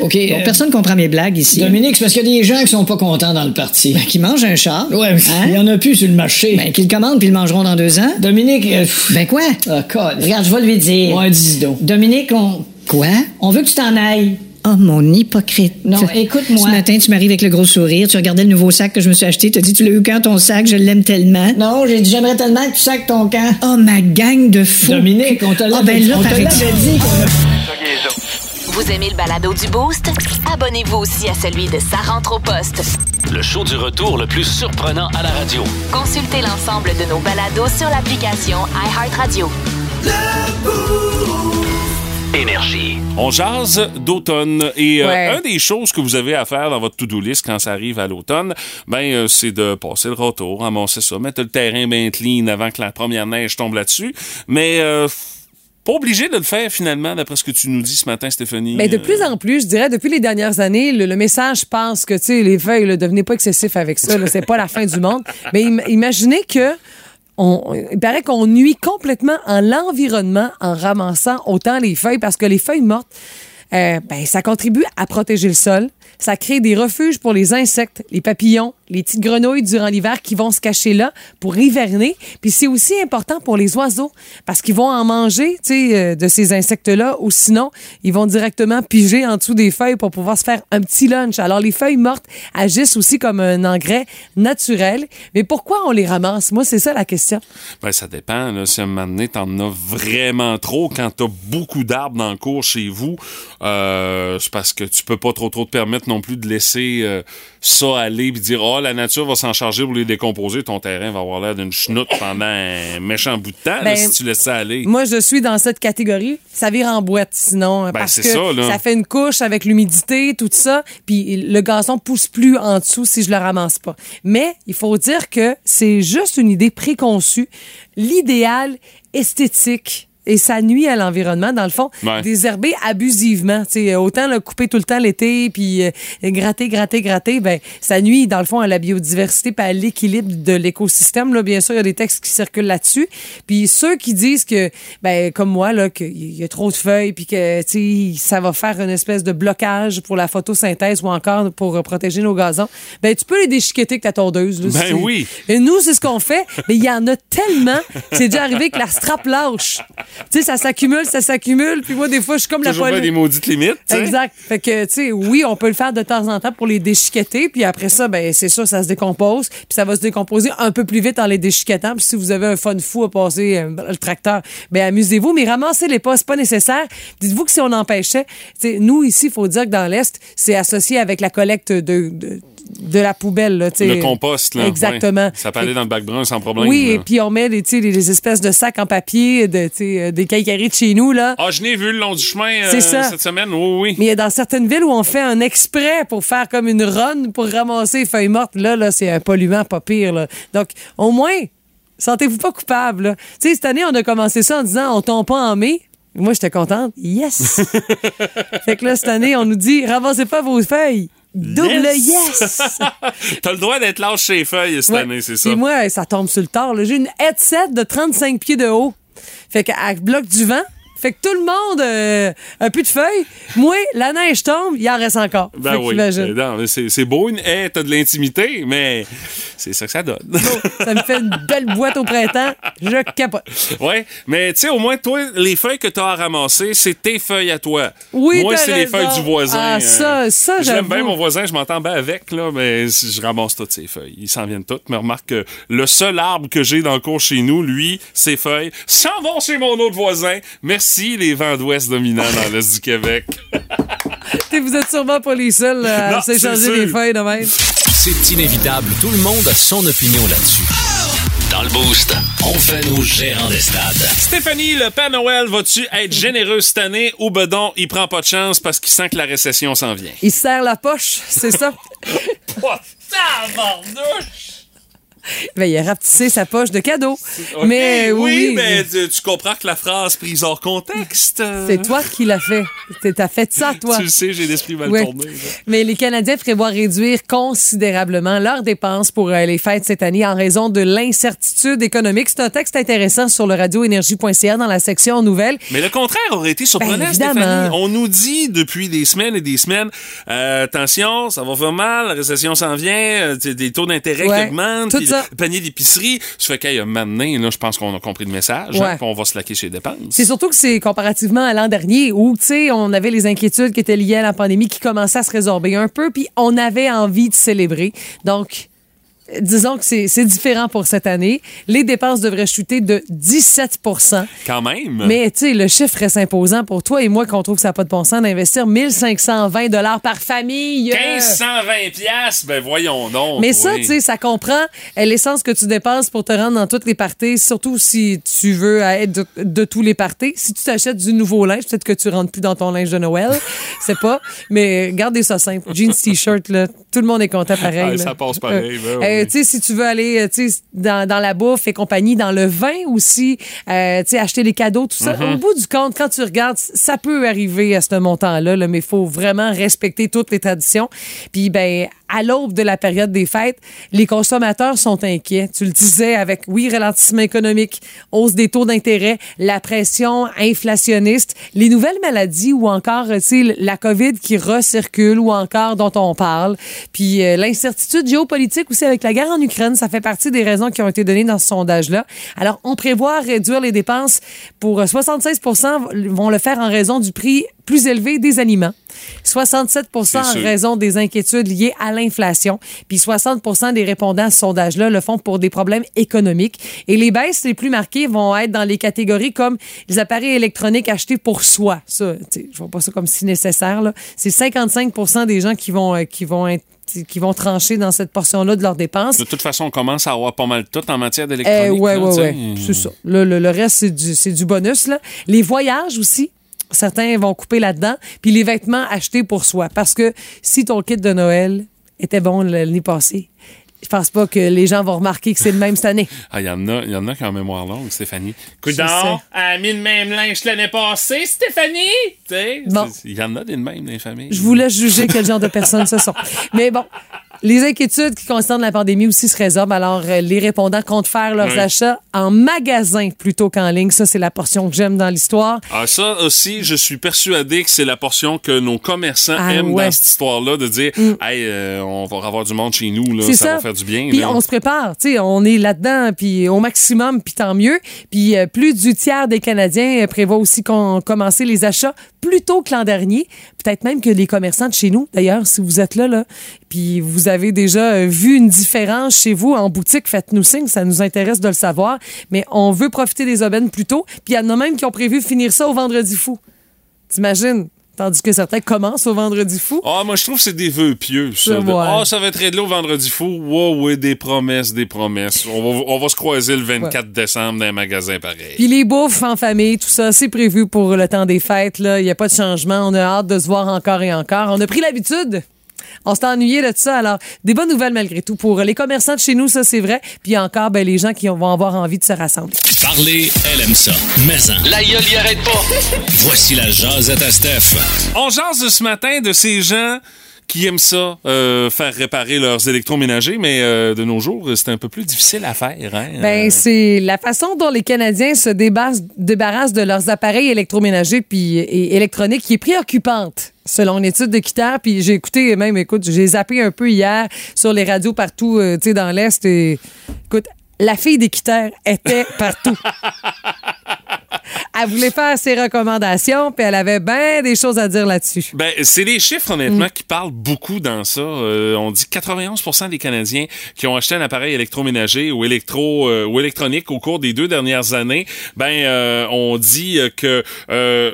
Speaker 4: OK.
Speaker 5: Bon,
Speaker 4: euh,
Speaker 5: personne comprend mes blagues ici. Ben,
Speaker 4: Dominique, c'est parce qu'il y a des gens qui sont pas contents dans le parti.
Speaker 5: Qui mangent un char.
Speaker 4: Ouais, mais
Speaker 5: Hein?
Speaker 4: il y en a plus sur le marché.
Speaker 5: Ben, qu'ils le commandent puis ils le mangeront dans deux ans.
Speaker 4: Dominique, euh, pff,
Speaker 5: Ben quoi?
Speaker 4: ah, code.
Speaker 5: Regarde, je vais lui dire.
Speaker 4: Ouais, dis donc.
Speaker 5: Dominique, on. Quoi?
Speaker 4: On veut que tu t'en ailles.
Speaker 5: Oh, mon hypocrite.
Speaker 4: Non, écoute-moi.
Speaker 5: Ce matin, tu m'arrives avec le gros sourire, tu regardais le nouveau sac que je me suis acheté, tu dit, tu l'as eu quand ton sac, je l'aime tellement.
Speaker 4: Non, j'ai dit j'aimerais tellement que tu sacs ton camp.
Speaker 5: Oh, ma gang de fous.
Speaker 4: Dominique, on te l'a
Speaker 5: Ah, ben là,
Speaker 4: on te
Speaker 5: par
Speaker 4: l'avait
Speaker 5: exemple.
Speaker 4: dit.
Speaker 3: Vous aimez le balado du Boost? Abonnez-vous aussi à celui de Sa rentre au poste.
Speaker 6: Le show du retour le plus surprenant à la radio.
Speaker 3: Consultez l'ensemble de nos balados sur l'application iHeartRadio.
Speaker 6: Énergie.
Speaker 2: On jase d'automne et euh,
Speaker 1: Ouais.
Speaker 2: un des choses que vous avez à faire dans votre to-do list quand ça arrive à l'automne, ben euh, c'est de passer le retour, amoncer ça, mettre le terrain bien clean avant que la première neige tombe là-dessus, mais euh, f- pas obligé de le faire finalement d'après ce que tu nous dis ce matin Stéphanie.
Speaker 1: Mais Ben, de
Speaker 2: Euh,
Speaker 1: plus en plus, je dirais, depuis les dernières années, le, le message passe que, tu sais, les feuilles, là, devenez pas excessif avec ça, là, c'est pas la fin du monde. Mais im- imaginez que. On, il paraît qu'on nuit complètement en l'environnement en ramassant autant les feuilles parce que les feuilles mortes, euh, ben, ça contribue à protéger le sol. Ça crée des refuges pour les insectes, les papillons, les petites grenouilles durant l'hiver qui vont se cacher là pour hiverner. Puis c'est aussi important pour les oiseaux parce qu'ils vont en manger, tu sais, euh, de ces insectes-là ou sinon, ils vont directement piger en dessous des feuilles pour pouvoir se faire un petit lunch. Alors les feuilles mortes agissent aussi comme un engrais naturel. Mais pourquoi on les ramasse? Moi, c'est ça la question.
Speaker 2: Ben, ça dépend. Là. Si à un moment donné, t'en as vraiment trop, quand t'as beaucoup d'arbres dans le cours chez vous, euh, c'est parce que tu peux pas trop trop te permettre non plus de laisser euh, ça aller puis dire « Oh, la nature va s'en charger pour les décomposer. Ton terrain va avoir l'air d'une chenoute pendant un méchant bout de temps là,
Speaker 1: Ben,
Speaker 2: si tu laisses ça aller.
Speaker 1: Moi, je suis dans cette catégorie. Ça vire en boîte, sinon. parce
Speaker 2: Ben, c'est
Speaker 1: que
Speaker 2: ça, là.
Speaker 1: fait une couche avec l'humidité, tout ça. Puis le gazon pousse plus en dessous si je le ramasse pas. Mais il faut dire que c'est juste une idée préconçue, l'idéal esthétique. Et ça nuit à l'environnement, dans le fond.
Speaker 2: Ouais.
Speaker 1: Désherber abusivement. tu sais, autant le couper tout le temps l'été, puis euh, gratter, gratter, gratter, ben, ça nuit, dans le fond, à la biodiversité, puis à l'équilibre de l'écosystème. Là, bien sûr, il y a des textes qui circulent là-dessus. Puis ceux qui disent que, ben, comme moi, là, qu'il y a trop de feuilles, puis que, tu sais, ça va faire une espèce de blocage pour la photosynthèse ou encore pour euh, protéger nos gazons, ben, tu peux les déchiqueter avec ta tondeuse. là,
Speaker 2: Ben
Speaker 1: c'est-
Speaker 2: oui.
Speaker 1: et nous, c'est ce qu'on fait, mais il y en a tellement. C'est déjà arrivé que la strap lâche. Tu sais, ça s'accumule, ça s'accumule. Puis moi, des fois, je suis comme la
Speaker 2: Toujours pas
Speaker 1: police.
Speaker 2: des maudites limites. tu sais.
Speaker 1: Exact. Fait que, tu sais, oui, on peut le faire de temps en temps pour les déchiqueter. Puis après ça, ben, c'est sûr, ça se décompose. Puis ça va se décomposer un peu plus vite en les déchiquetant. Puis si vous avez un fun fou à passer euh, le tracteur, ben, amusez-vous. Mais ramassez-les pas, c'est pas nécessaire. Dites-vous que si on empêchait, tu sais, nous, ici, il faut dire que dans l'Est, c'est associé avec la collecte de, de, de la poubelle, là, tu sais.
Speaker 2: Le compost, là. ouais.
Speaker 1: Exactement.
Speaker 2: Ça peut aller dans le bac brun sans problème.
Speaker 1: Oui, et
Speaker 2: là.
Speaker 1: puis on met les, tu sais, les, les espèces de sacs en papier, de, tu sais, euh, des cailles de chez nous, là.
Speaker 2: Ah, je n'ai vu le long du chemin euh,
Speaker 1: C'est ça.
Speaker 2: cette semaine. Oui, oui.
Speaker 1: Mais il y a dans certaines villes où on fait un exprès pour faire comme une run pour ramasser les feuilles mortes. Là, là c'est un polluant pas pire. Là. Donc, au moins, sentez-vous pas coupable. là. Tu sais, cette année, on a commencé ça en disant on tombe pas en mai. Moi, j'étais contente.
Speaker 2: *laughs*
Speaker 1: Yes! fait que là, cette année, on nous dit ramassez pas vos feuilles. Double yes!
Speaker 2: *laughs* T'as le droit d'être lâche chez les feuilles cette
Speaker 1: Ouais.
Speaker 2: année, c'est ça.
Speaker 1: Puis moi, ça tombe sur le tard. là. J'ai une headset de 35 pieds de haut. Fait qu'elle bloque du vent. Fait que tout le monde euh, a plus de feuilles. Moi, la neige tombe, il en reste encore.
Speaker 2: Ben
Speaker 1: Fait
Speaker 2: oui.
Speaker 1: qu'imagine.
Speaker 2: Euh, non, mais c'est c'est beau, une haie, t'as de l'intimité, mais c'est ça que ça donne.
Speaker 1: *laughs*
Speaker 2: Euh,
Speaker 1: Ça me fait une belle boîte au printemps. Je capote.
Speaker 2: ouais, mais tu sais, au moins, toi, les feuilles que t'as à ramasser, c'est tes feuilles à toi.
Speaker 1: Oui,
Speaker 2: Moi,
Speaker 1: t'as
Speaker 2: c'est les
Speaker 1: raison.
Speaker 2: feuilles du voisin.
Speaker 1: Ah,
Speaker 2: euh,
Speaker 1: ça- ça,
Speaker 2: J'aime
Speaker 1: j'avoue.
Speaker 2: bien mon voisin, je m'entends bien avec, là, mais si je ramasse toutes ses feuilles. Ils s'en viennent toutes. Mais remarque que le seul arbre que j'ai dans le cours chez nous, lui, ses feuilles, s'en vont chez mon autre voisin. Merci, les vents d'ouest dominants dans l'est du Québec.
Speaker 1: T'sais, Vous êtes sûrement pas les seuls euh, à
Speaker 2: Non, c'est
Speaker 1: s'échanger
Speaker 2: sûr.
Speaker 1: les feuilles de même.
Speaker 6: C'est inévitable. Tout le monde a son opinion là-dessus. Dans le Boost, on fait nos gérants des stades.
Speaker 2: Stéphanie, le Père Noël, vas-tu être généreux cette année ou bedon, il prend pas de chance parce qu'il sent que la récession s'en vient?
Speaker 1: Il serre la poche, c'est ça.
Speaker 2: Oh, tabarnouche!
Speaker 1: Ben, il a rapetissé sa poche de cadeaux.
Speaker 2: Ok,
Speaker 1: mais oui,
Speaker 2: mais euh, tu, tu comprends que la phrase prise hors contexte. euh,
Speaker 1: c'est toi qui l'as fait. T'es- T'as fait ça, toi.
Speaker 2: Tu le sais, j'ai l'esprit mal
Speaker 1: Ouais.
Speaker 2: tourné. là.
Speaker 1: Mais les Canadiens prévoient réduire considérablement leurs dépenses pour euh, les fêtes cette année en raison de l'incertitude économique. C'est un texte intéressant sur le radioénergie.ca dans la section nouvelles.
Speaker 2: Mais le contraire aurait été surprenant,
Speaker 1: Ben, évidemment.
Speaker 2: Stéphanie. On nous dit depuis des semaines et des semaines, euh, attention, ça va faire mal, la récession s'en vient, euh, t'sais, des taux d'intérêt
Speaker 1: Ouais,
Speaker 2: qui augmentent,
Speaker 1: tout
Speaker 2: puis
Speaker 1: ça.
Speaker 2: le panier d'épicerie. Je fais qu'il y a maintenant, là, je pense qu'on a compris le message, hein,
Speaker 1: Ouais.
Speaker 2: qu'on va se laquer chez les dépenses.
Speaker 1: C'est surtout que c'est comparativement à l'an dernier où, tu sais, on avait les inquiétudes qui étaient liées à la pandémie qui commençaient à se résorber un peu, puis on avait envie de célébrer. Donc, euh, disons que c'est c'est différent pour cette année. Les dépenses devraient chuter de 17
Speaker 2: Quand même.
Speaker 1: Mais tu sais, le chiffre reste imposant pour toi et moi qu'on trouve que ça n'a pas de bon sens d'investir 1520 dollars par famille. Euh,
Speaker 2: 1520 piastres, ben voyons donc.
Speaker 1: Mais ça,
Speaker 2: oui.
Speaker 1: tu sais, ça comprend euh, l'essence que tu dépenses pour te rendre dans toutes les parties, surtout si tu veux euh, être de, de tous les parties. Si tu t'achètes du nouveau linge, peut-être que tu rentres plus dans ton linge
Speaker 2: *laughs*
Speaker 1: de Noël. C'est pas. Mais gardez ça simple. Jeans, t-shirt, là. Tout le monde est content pareil.
Speaker 2: Ah,
Speaker 1: là. Euh,
Speaker 2: ça passe pareil, ben oui.
Speaker 1: tu sais, si tu veux aller euh, tu sais, dans, dans la bouffe et compagnie, dans le vin aussi, euh, tu sais, acheter les cadeaux, tout ça. Au bout du compte, quand tu regardes, ça peut arriver à ce montant-là, là, mais il faut vraiment respecter toutes les traditions. Puis, ben, à l'aube de la période des fêtes, les consommateurs sont inquiets. Tu le disais avec, oui, ralentissement économique, hausse des taux d'intérêt, la pression inflationniste, les nouvelles maladies ou encore, euh, tu sais, la COVID qui recircule ou encore dont on parle. Puis euh, l'incertitude géopolitique aussi avec la guerre en Ukraine, ça fait partie des raisons qui ont été données dans ce sondage-là. Alors, on prévoit réduire les dépenses pour euh, 76 vont le faire en raison du prix plus élevé des aliments. 67 en
Speaker 2: sûr.
Speaker 1: raison des inquiétudes liées à l'inflation. Puis 60 des répondants à ce sondage-là le font pour des problèmes économiques. Et les baisses les plus marquées vont être dans les catégories comme les appareils électroniques achetés pour soi. Ça, tu sais, je vois pas ça comme si nécessaire. là. C'est 55 des gens qui vont, euh, qui vont être- qui vont trancher dans cette portion-là de leurs dépenses.
Speaker 2: De toute façon, on commence à avoir pas mal tout en matière
Speaker 1: Euh,
Speaker 2: d'électronique.
Speaker 1: ouais,
Speaker 2: là,
Speaker 1: ouais,
Speaker 2: tu sais.
Speaker 1: ouais. C'est ça. Le, le- le reste, c'est du, c'est du bonus. Là. Les voyages aussi. Certains vont couper là-dedans. Puis les vêtements achetés pour soi. Parce que si ton kit de Noël était bon l'année passée, je pense pas que les gens vont remarquer que c'est le même cette année.
Speaker 2: Ah, il y en a, il y en a qui ont mémoire longue, Stéphanie.
Speaker 1: Coudon,
Speaker 2: elle a mis le même linge l'année passée, Stéphanie!
Speaker 1: Bon.
Speaker 2: Il y en a des mêmes dans les familles.
Speaker 1: Je vous laisse juger quel genre de personnes ce sont. Mais bon, les inquiétudes qui concernent la pandémie aussi se résorbent. Alors, euh, les répondants comptent faire leurs
Speaker 2: Oui.
Speaker 1: achats en magasin plutôt qu'en ligne. Ça, c'est la portion que j'aime dans l'histoire.
Speaker 2: Ah, ça aussi, je suis persuadé que c'est la portion que nos commerçants
Speaker 1: Ah,
Speaker 2: aiment
Speaker 1: ouais. Mm.
Speaker 2: dans cette histoire-là, de dire Hey, euh, on va avoir du monde chez nous, là,
Speaker 1: C'est
Speaker 2: ça,
Speaker 1: ça.
Speaker 2: va faire du bien.
Speaker 1: Puis
Speaker 2: là.
Speaker 1: on se prépare, tu sais, on est là-dedans, puis au maximum, puis tant mieux. Puis euh, plus du tiers des Canadiens euh, prévoit aussi qu'on commencer les achats plus tôt que l'an dernier. Peut-être même que les commerçants de chez nous, d'ailleurs, si vous êtes là, là, puis vous avez déjà euh, vu une différence chez vous en boutique, faites-nous signe, ça nous intéresse de le savoir. Mais on veut profiter des aubaines plus tôt. Puis il y en a même qui ont prévu finir ça au Vendredi fou. T'imagines? Tandis que certains commencent au Vendredi fou.
Speaker 2: Ah, moi, je trouve que c'est des vœux pieux,
Speaker 1: Ça,
Speaker 2: ça. De-
Speaker 1: ouais.
Speaker 2: Ah, ça va être Redlow vendredi fou. Wow, ouais, des promesses, des promesses. On va, on va se croiser le 24 décembre dans un magasin pareil.
Speaker 1: Puis les bouffes en famille, tout ça, c'est prévu pour le temps des fêtes. là. Il n'y a pas de changement. On a hâte de se voir encore et encore. On a pris l'habitude. On s'est ennuyé de ça. Alors, des bonnes nouvelles malgré tout pour les commerçants de chez nous, ça c'est vrai. Puis encore, ben, les gens qui vont avoir envie de se rassembler.
Speaker 6: Parler, elle aime ça. Maison. La gueule y arrête pas. Voici la jasette à Steph.
Speaker 2: *laughs* On jase de ce matin de ces gens qui aiment ça, euh, faire réparer leurs électroménagers, mais euh, de nos jours, c'est un peu plus difficile à faire. Hein?
Speaker 1: Ben,
Speaker 2: Euh,
Speaker 1: c'est la façon dont les Canadiens se débarrassent, débarrassent de leurs appareils électroménagers puis, et électroniques qui est préoccupante, selon une étude de Quitter. Puis j'ai écouté, même, écoute, j'ai zappé un peu hier sur les radios partout, euh, tu sais, dans l'Est. Et, écoute, la fille des Quitter était partout. elle voulait faire ses recommandations, puis elle avait bien des choses à dire là-dessus.
Speaker 2: Ben, c'est les chiffres, honnêtement, qui parlent beaucoup dans ça. Euh, on dit 91 des Canadiens qui ont acheté un appareil électroménager ou électro euh, ou électronique au cours des deux dernières années. Ben, euh, on dit euh, que euh,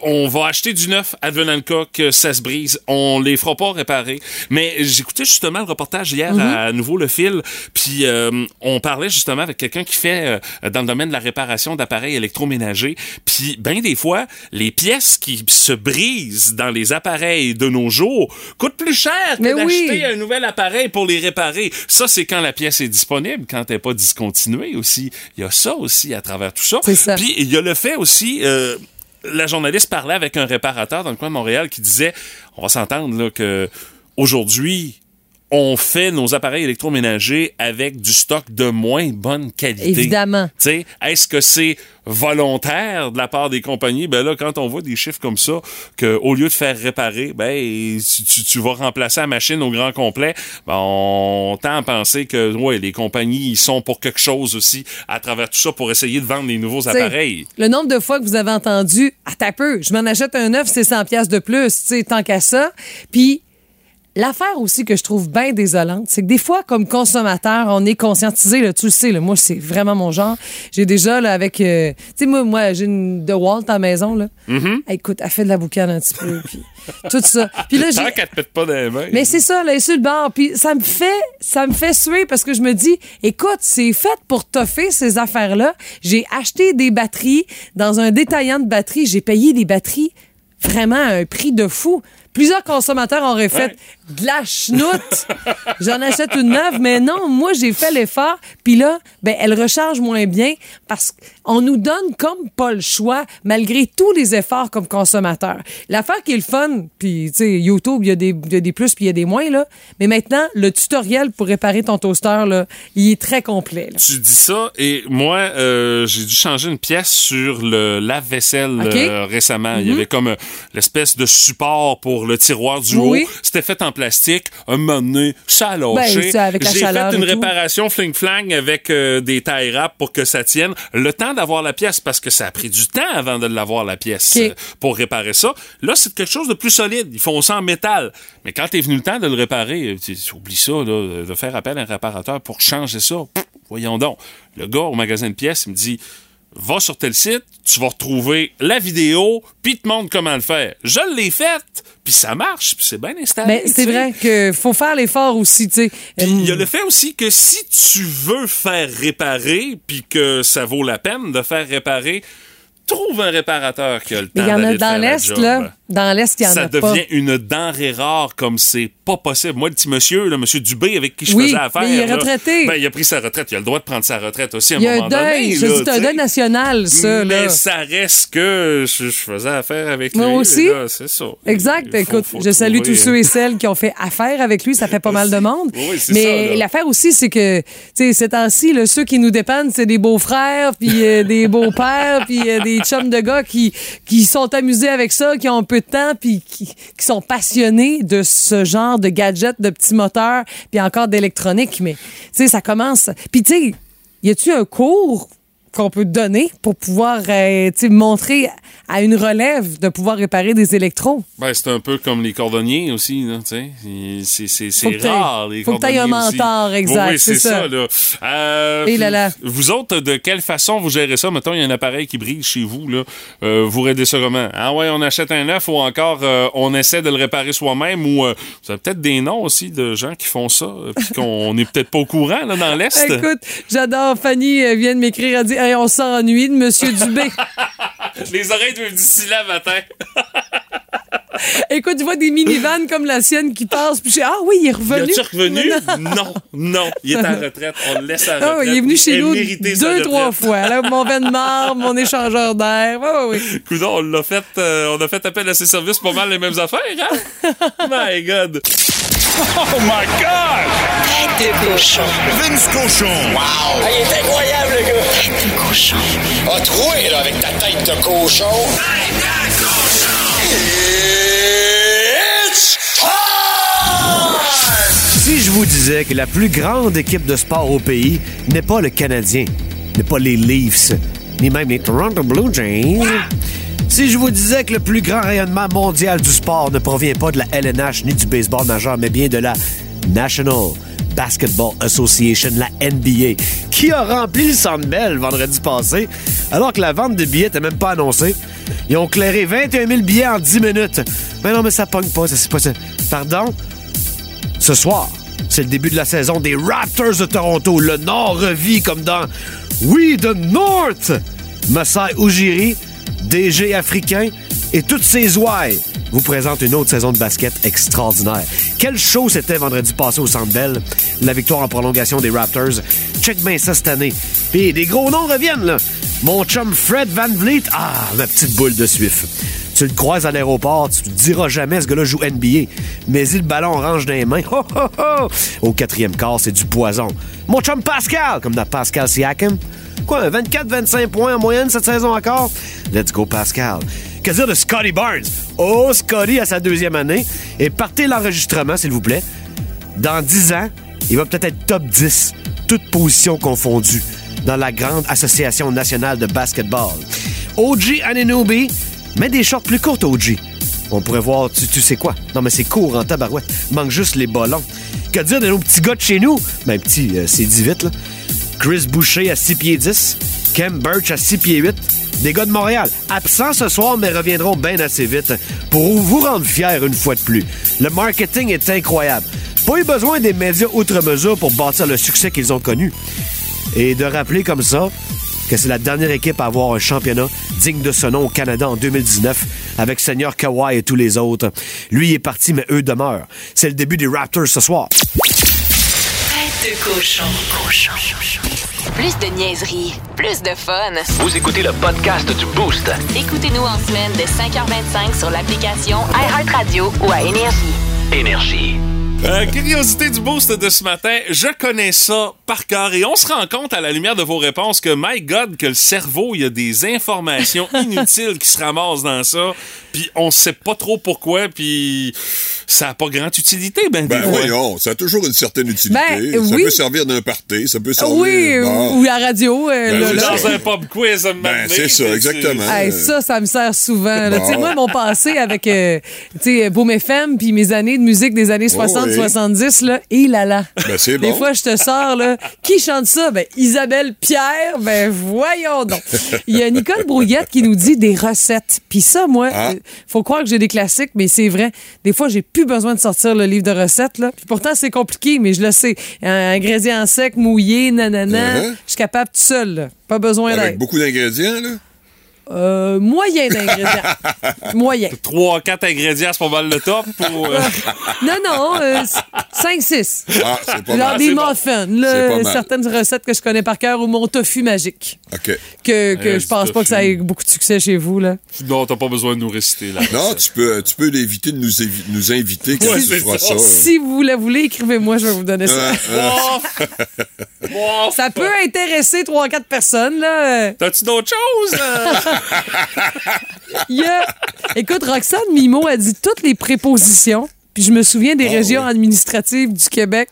Speaker 2: on va acheter du neuf à Denancock, ça se brise, on les fera pas réparer. Mais j'écoutais justement le reportage hier à Nouveau Le Fil, puis euh, on parlait justement avec quelqu'un qui fait euh, dans le domaine de la réparation d'appareils électroménagers, puis ben des fois, les pièces qui se brisent dans les appareils de nos jours coûtent plus cher que
Speaker 1: Mais oui.
Speaker 2: d'acheter un nouvel appareil pour les réparer. Ça, c'est quand la pièce est disponible, quand elle n'est pas discontinuée aussi. Il y a ça aussi à travers tout ça.
Speaker 1: C'est ça.
Speaker 2: Puis il y a le fait aussi. euh, la journaliste parlait avec un réparateur dans le coin de Montréal qui disait on va s'entendre là que aujourd'hui on fait nos appareils électroménagers avec du stock de moins bonne qualité.
Speaker 1: Évidemment.
Speaker 2: Tu sais, est-ce que c'est volontaire de la part des compagnies? Ben là, quand on voit des chiffres comme ça, que au lieu de faire réparer, ben, si tu, tu vas remplacer la machine au grand complet, ben, on tend à penser que, ouais, les compagnies, ils sont pour quelque chose aussi à travers tout ça pour essayer de vendre les nouveaux
Speaker 1: T'sais,
Speaker 2: appareils.
Speaker 1: Le nombre de fois que vous avez entendu « Ah, t'as peu, je m'en achète un neuf, c'est 100 pièces de plus, tu sais, tant qu'à ça. » Puis l'affaire aussi que je trouve bien désolante, c'est que des fois, comme consommateur, on est conscientisé, là, tu le sais, là, moi, c'est vraiment mon genre. J'ai déjà, là, avec... euh, tu sais, moi, moi j'ai une DeWalt à la maison, là. Ah, Écoute, elle fait de la boucane un petit peu, puis tout ça. Puis là,
Speaker 2: *laughs* Tant
Speaker 1: j'ai...
Speaker 2: qu'elle te pète pas dans les mains.
Speaker 1: Mais c'est ça, là, sur le bord. Puis ça me fait, ça me fait suer parce que je me dis, écoute, c'est fait pour toffer ces affaires-là. J'ai acheté des batteries dans un détaillant de batteries. J'ai payé des batteries vraiment à un prix de fou. Plusieurs consommateurs auraient fait
Speaker 2: Ouais.
Speaker 1: de la chenoute. J'en achète une neuve, mais non, moi, j'ai fait l'effort. Puis là, ben, elle recharge moins bien parce qu'on nous donne comme pas le choix, malgré tous les efforts comme consommateurs. L'affaire qui est le fun, puis, tu sais, YouTube, il y, a des- il y a des plus puis il y a des moins, là. Mais maintenant, le tutoriel pour réparer ton toaster, là, il est très complet, là.
Speaker 2: Tu dis ça et moi euh, j'ai dû changer une pièce sur le lave-vaisselle
Speaker 1: Ok. Mhm.
Speaker 2: euh, récemment. Il y avait comme euh, l'espèce de support pour le tiroir du
Speaker 1: Oui.
Speaker 2: haut. C'était fait en plastique. Un moment donné, ça a lâché.
Speaker 1: Ben, ça, avec la
Speaker 2: j'ai
Speaker 1: chaleur
Speaker 2: fait une
Speaker 1: et tout.
Speaker 2: réparation fling-flang avec euh, des tailles rap pour que ça tienne. Le temps d'avoir la pièce parce que ça a pris du temps avant de l'avoir la pièce
Speaker 1: Ok.
Speaker 2: euh, pour réparer ça. Là c'est quelque chose de plus solide. Ils font ça en métal. Mais quand t'es venu le temps de le réparer, euh, tu tu oublies ça là, euh, de faire appel à un réparateur pour changer ça. Pff, voyons donc. Le gars au magasin de pièces il me dit va sur tel site, tu vas retrouver la vidéo, puis il te montre comment le faire. Je l'ai faite, puis ça marche, puis c'est bien installé.
Speaker 1: Mais Ben,
Speaker 2: tu
Speaker 1: c'est
Speaker 2: sais.
Speaker 1: vrai que faut faire l'effort aussi, tu sais.
Speaker 2: Puis il y a le fait aussi que si tu veux faire réparer, puis que ça vaut la peine de faire réparer, trouve un réparateur qui a le temps
Speaker 1: Mais il y en a
Speaker 2: d'aller te faire
Speaker 1: dans
Speaker 2: la
Speaker 1: l'Est,
Speaker 2: job.
Speaker 1: là. Dans l'Est, il y en
Speaker 2: ça
Speaker 1: a
Speaker 2: devient
Speaker 1: pas.
Speaker 2: une denrée rare comme c'est pas possible. Moi, le petit monsieur, le monsieur Dubé, avec qui je
Speaker 1: Oui,
Speaker 2: faisais affaire.
Speaker 1: mais il est
Speaker 2: là,
Speaker 1: retraité.
Speaker 2: ben, il a pris sa retraite. Il a le droit de prendre sa retraite aussi à un
Speaker 1: Il y a
Speaker 2: moment
Speaker 1: un deuil,
Speaker 2: donné.
Speaker 1: je
Speaker 2: là,
Speaker 1: dis, c'est un
Speaker 2: tu sais.
Speaker 1: deuil national, ça,
Speaker 2: Mais
Speaker 1: là.
Speaker 2: ça reste que je, je faisais affaire avec
Speaker 1: Moi
Speaker 2: lui.
Speaker 1: aussi.
Speaker 2: là, C'est ça.
Speaker 1: Exact.
Speaker 2: Il faut-
Speaker 1: Écoute,
Speaker 2: faut
Speaker 1: je salue
Speaker 2: trouver-
Speaker 1: tous ceux et celles qui ont fait affaire avec lui.
Speaker 2: *laughs*
Speaker 1: Ça fait pas mal de monde.
Speaker 2: Oui, c'est ça,
Speaker 1: Mais
Speaker 2: là.
Speaker 1: l'affaire aussi, c'est que, tu sais, ces temps-ci, là, ceux qui nous dépannent, c'est des beaux-frères, puis euh, des beaux-pères, puis euh, des chums de gars qui, qui sont amusés avec ça, qui ont un peu de temps, puis qui, qui sont passionnés de ce genre de gadgets, de petits moteurs, puis encore d'électronique. Mais, tu sais, ça commence. Puis, tu sais, y a-tu un cours qu'on peut donner pour pouvoir euh, tu sais, montrer à une relève de pouvoir réparer des électros.
Speaker 2: Ben, c'est un peu comme les cordonniers aussi, là, tu sais. Il- C'est, c'est,
Speaker 1: Faut
Speaker 2: c'est
Speaker 1: que t'aies-
Speaker 2: rare, les
Speaker 1: faut que t'aies
Speaker 2: cordonniers.
Speaker 1: un
Speaker 2: aussi.
Speaker 1: mentor, exact,
Speaker 2: Oui, c'est,
Speaker 1: c'est
Speaker 2: ça,
Speaker 1: ça.
Speaker 2: là. Euh,
Speaker 1: Et là là.
Speaker 2: Vous autres, de quelle façon vous gérez ça? Mettons, il y a un appareil qui brille chez vous, là. Euh, vous réglez ça comment? Ah ouais, on achète un neuf ou encore euh, on essaie de le réparer soi-même ou euh, vous avez peut-être des noms aussi de gens qui font ça euh, puis
Speaker 1: *laughs*
Speaker 2: qu'on n'est peut-être pas au courant, là, dans l'Est.
Speaker 1: Écoute, j'adore. Fanny euh, vient de m'écrire, elle dit Hey, on s'ennuie de
Speaker 2: *laughs*
Speaker 1: Monsieur Dubé.
Speaker 2: Les oreilles doivent d'ici là matin.
Speaker 1: Écoute, tu vois des minivans comme la sienne qui passent, puis je dis, Ah oui, il est
Speaker 2: Il
Speaker 1: revenu.
Speaker 2: est revenu?
Speaker 1: Non, non. *laughs*
Speaker 2: Non, non. Il est en retraite. On le laisse à
Speaker 1: Ah
Speaker 2: retraite.
Speaker 1: oui, il est venu chez
Speaker 2: Elle
Speaker 1: nous
Speaker 2: méritait sa
Speaker 1: deux, trois
Speaker 2: retraite.
Speaker 1: fois. Là, mon vin de marbre,
Speaker 2: *laughs*
Speaker 1: mon échangeur d'air. Oui, oui, oui.
Speaker 2: Coudon, on l'a fait, euh, on a fait appel à ses services pas mal les mêmes affaires, hein? My God! Oh my God!
Speaker 7: Vince Cochon. Wow!
Speaker 8: il est incroyable, le gars! Tête de cochon.
Speaker 7: A troué, là, avec ta tête de cochon.
Speaker 8: Tête de
Speaker 7: It's time!
Speaker 9: Si je vous disais que la plus grande équipe de sport au pays n'est pas le Canadien, n'est pas les Leafs, ni même les Toronto Blue Jays, si je vous disais que le plus grand rayonnement mondial du sport ne provient pas de la LNH ni du baseball majeur, mais bien de la National Basketball Association, la NBA, qui a rempli le Centre Bell vendredi passé, alors que la vente de billets n'était même pas annoncée. Ils ont clairé 21 000 billets en 10 minutes. Mais non, mais ça pogne pas, ça c'est pas ça. Pardon? Ce soir, c'est le début de la saison des Raptors de Toronto. Le Nord revit comme dans We the North! Masai Ujiri, DG africain et toutes ses ouailles vous présentent une autre saison de basket extraordinaire. Quelle show c'était vendredi passé au Centre Bell, la victoire en prolongation des Raptors. Check bien ça cette année. Puis des gros noms reviennent, là. Mon chum Fred Van Vliet, ah, ma petite boule de suif. Tu le croises à l'aéroport, tu te diras jamais ce gars-là joue NBA. Mais il le ballon orange dans les mains. Ho, ho, ho! Au quatrième quart, c'est du poison. Mon chum Pascal, comme dans Pascal Siakam. Quoi, un 24-25 points en moyenne cette saison encore? Let's go Pascal. Que dire de Scotty Barnes? Oh, Scotty à sa deuxième année. Et partez l'enregistrement, s'il vous plaît. Dans 10 ans, il va peut-être être top 10, toutes positions confondues, dans la grande Association nationale de basketball. OG Ananobi, mais des shorts plus courtes, OG. On pourrait voir, tu, tu sais quoi? Non, mais c'est court en tabarouette. Manque juste les ballons. Que dire de nos petits gars de chez nous? Ben, petit, euh, c'est dit vite, là. Chris Boucher à 6 pieds 10. Kem Birch à 6 pieds 8. Des gars de Montréal, absents ce soir, mais reviendront bien assez vite pour vous rendre fiers une fois de plus. Le marketing est incroyable. Pas eu besoin des médias outre mesure pour bâtir le succès qu'ils ont connu. Et de rappeler comme ça que c'est la dernière équipe à avoir un championnat digne de ce nom au Canada en 2019 avec Seigneur Kawhi et tous les autres. Lui est parti, mais eux demeurent. C'est le début des Raptors ce soir.
Speaker 3: Tête de cochon. Plus de niaiserie, plus de fun.
Speaker 6: Vous écoutez le podcast du Boost.
Speaker 3: Écoutez-nous en semaine de 5h25 sur l'application iHeartRadio ou à Énergie.
Speaker 6: Énergie.
Speaker 2: Euh, curiosité du boost de ce matin, je connais ça par cœur et on se rend compte à la lumière de vos réponses que, my God, que le cerveau, il y a des informations inutiles qui se ramassent dans ça, puis on sait pas trop pourquoi, puis ça a pas grande utilité, ben, des
Speaker 10: Ben
Speaker 2: fois.
Speaker 10: voyons, ça a toujours une certaine utilité.
Speaker 1: Ben,
Speaker 10: ça
Speaker 1: oui.
Speaker 10: peut servir d'un party, ça peut servir...
Speaker 1: Ah Oui,
Speaker 10: bon.
Speaker 1: ou ou la radio. euh,
Speaker 10: Ben,
Speaker 1: là,
Speaker 10: c'est
Speaker 1: là.
Speaker 2: Dans un pop quiz, à un moment donné,
Speaker 10: Ben, c'est ça,
Speaker 2: puis
Speaker 10: exactement.
Speaker 2: c'est-
Speaker 1: Hey, ça, ça me sert souvent. là.
Speaker 10: Bon.
Speaker 1: Tu sais, Moi, mon passé avec euh, tu sais, Boom FM puis mes années de musique des années 60-70, là, et là là.
Speaker 10: Ben, c'est
Speaker 1: Des
Speaker 10: bon.
Speaker 1: fois, je te sors, là, qui chante ça? Ben, Isabelle Pierre, ben voyons donc. Il y a Nicole Brouillette qui nous dit des recettes. Puis ça, moi,
Speaker 10: Ah.
Speaker 1: euh, faut croire que j'ai des classiques, mais c'est vrai. Des fois, j'ai plus besoin de sortir le livre de recettes, là. Puis pourtant, c'est compliqué, mais je le sais. Un ingrédient sec, mouillé, nanana.
Speaker 10: Uh-huh.
Speaker 1: Je suis capable tout seul, là. Pas besoin d'aide.
Speaker 10: Avec beaucoup d'ingrédients, là.
Speaker 1: Euh,
Speaker 10: *laughs*
Speaker 1: moyen d'ingrédient. moyen.
Speaker 2: Trois, quatre ingrédients, c'est pas mal le top pour... euh,
Speaker 1: Non, non, 5-6.
Speaker 10: Ah, c'est pas
Speaker 1: Genre
Speaker 10: mal.
Speaker 1: des
Speaker 2: c'est bon.
Speaker 1: muffins,
Speaker 10: C'est pas
Speaker 1: là,
Speaker 10: mal.
Speaker 1: certaines recettes que je connais par cœur ou mon tofu magique.
Speaker 10: OK.
Speaker 1: Que, que
Speaker 2: Euh,
Speaker 1: je pense
Speaker 2: du
Speaker 1: pas que ça ait
Speaker 2: tofu.
Speaker 1: beaucoup de succès chez vous, là.
Speaker 2: non, t'as pas besoin de nous réciter, là.
Speaker 10: Non, tu peux, tu peux éviter de nous, évi- nous inviter quand
Speaker 2: Ouais,
Speaker 10: tu
Speaker 2: c'est
Speaker 10: feras ça.
Speaker 2: ça.
Speaker 1: Si vous la voulez, écrivez-moi, je vais vous donner ça.
Speaker 10: Hein, hein.
Speaker 2: Wow.
Speaker 1: Ça peut intéresser 3-4 personnes, là. Euh,
Speaker 2: T'as-tu d'autres choses? euh?
Speaker 1: *laughs* il y a- Écoute, Roxane Mimo a dit toutes les prépositions, puis je me souviens des régions administratives du Québec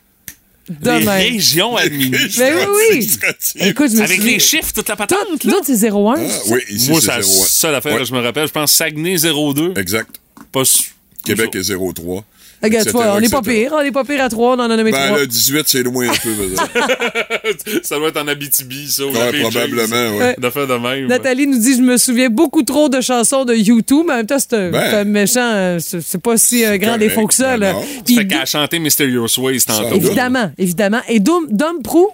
Speaker 1: de
Speaker 2: Les
Speaker 1: même.
Speaker 2: régions admises.
Speaker 1: Mais Ben oui, oui.
Speaker 10: Administratives.
Speaker 1: Écoute, je me
Speaker 2: Avec
Speaker 1: souviens-
Speaker 2: les chiffres, toute la patente,
Speaker 1: Tout,
Speaker 2: là.
Speaker 1: tout, c'est 01.
Speaker 10: Ah, oui, ici,
Speaker 2: Moi, c'est
Speaker 10: c'est
Speaker 2: la
Speaker 10: 0
Speaker 2: seule affaire
Speaker 10: Ouais.
Speaker 2: que je me rappelle. Je pense Saguenay 02.
Speaker 10: Exact.
Speaker 2: Pas su-
Speaker 10: Québec est 0,3.
Speaker 1: Regarde,
Speaker 10: etc.,
Speaker 1: toi, on n'est pas
Speaker 10: etc.
Speaker 1: pire. On n'est pas pire à 3, on en a nommé
Speaker 10: Ben,
Speaker 1: 3.
Speaker 10: le 18, c'est loin un peu. peut-être.
Speaker 2: *laughs* Ça doit être en Abitibi, ça. ou la
Speaker 10: Ouais,
Speaker 2: Pêcheuse.
Speaker 10: probablement, oui.
Speaker 1: Ouais.
Speaker 2: Une affaire de même.
Speaker 1: Nathalie nous dit Je me souviens beaucoup trop de chansons de YouTube, mais en même temps, c'est un,
Speaker 10: Ben.
Speaker 1: c'est un méchant. euh, C'est c'est pas si euh, grand
Speaker 10: correct,
Speaker 1: défaut que
Speaker 10: ben
Speaker 1: ça. Là.
Speaker 10: non.
Speaker 1: Puis,
Speaker 2: Fait qu'elle a chanté Mysterious Ways tantôt.
Speaker 10: doute.
Speaker 1: évidemment, évidemment. Et Dom, Dom Prou,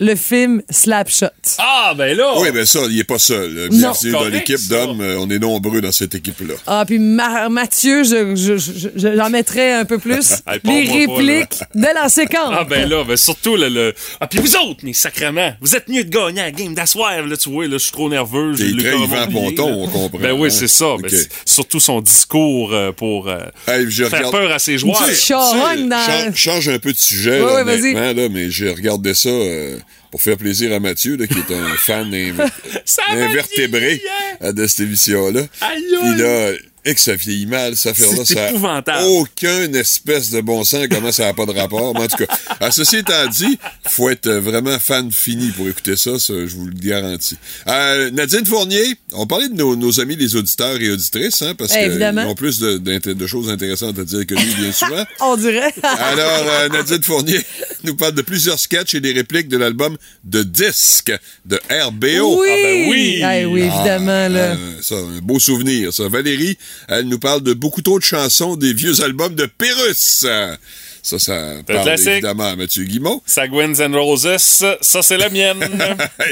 Speaker 1: le film Slapshot.
Speaker 2: Ah, ben là!
Speaker 10: Oui, ben ça, il n'est pas seul. Bien
Speaker 1: Non.
Speaker 10: sûr, dans
Speaker 2: Correct,
Speaker 10: l'équipe
Speaker 2: ça.
Speaker 10: d'hommes, euh, on est nombreux dans cette équipe-là.
Speaker 1: Ah, puis Ma- Mathieu, j'en je, je, je- j'en mettrais un peu plus.
Speaker 2: Hey, parle-moi
Speaker 1: les
Speaker 2: pas,
Speaker 1: répliques de la séquence.
Speaker 2: Ah, ben là, ben surtout le. le- Ah, puis vous autres, mais sacrément, vous êtes mieux de gagner à la game d'asseoir, là, tu vois, là, je suis trop nerveux. j'ai
Speaker 10: T'es
Speaker 2: le
Speaker 10: très
Speaker 2: corps
Speaker 10: Yvan
Speaker 2: oublié,
Speaker 10: Ponton,
Speaker 2: là. *laughs*
Speaker 10: on comprend,
Speaker 2: Ben oui,
Speaker 10: hein.
Speaker 2: c'est ça. Ben,
Speaker 10: Ok.
Speaker 2: c'est- surtout son discours euh, pour euh,
Speaker 10: Hey, je
Speaker 2: faire
Speaker 10: regarde-
Speaker 2: peur à ses joueurs.
Speaker 1: Tu- charogne
Speaker 10: Tu sais,
Speaker 1: dans-
Speaker 10: chan- Change un peu de sujet,
Speaker 1: hein.
Speaker 10: là,
Speaker 1: Ouais, ouais, vas-y.
Speaker 10: honnêtement, là, mais j'ai regardé ça euh, pour faire plaisir à Mathieu, là, qui est un *laughs* fan inv-
Speaker 2: Ça m'a
Speaker 10: invertébré
Speaker 2: dit, hein?
Speaker 10: euh, de cette émission-là.
Speaker 2: Aïe, aïe.
Speaker 10: Puis là, Et que ça vieillit mal, ça fait là
Speaker 2: C'est
Speaker 10: ça
Speaker 2: épouvantable.
Speaker 10: aucun espèce de bon sens, comment ça n'a pas de rapport. Mais en tout cas, à ceci étant dit, faut être vraiment fan fini pour écouter ça, ça, je vous le garantis. Euh, Nadine Fournier, on parlait de nos, nos amis les auditeurs et auditrices, hein, parce
Speaker 1: Eh,
Speaker 10: qu'ils
Speaker 1: évidemment.
Speaker 10: ont plus de, d'inté- de choses intéressantes à dire que nous,
Speaker 1: *laughs*
Speaker 10: bien souvent.
Speaker 1: On dirait.
Speaker 10: Alors, euh, Nadine Fournier nous parle de plusieurs sketchs et des répliques de l'album de disques de RBO.
Speaker 1: Oui! Ah ben oui! Ah oui, évidemment, là.
Speaker 10: euh, ça, un beau souvenir, ça. Valérie, elle nous parle de beaucoup trop de chansons des vieux albums de Pérus. Euh, Ça, ça parle
Speaker 2: classique.
Speaker 10: évidemment à Mathieu Guimont.
Speaker 2: Saguins and Roses, ça c'est
Speaker 10: *laughs*
Speaker 2: la mienne.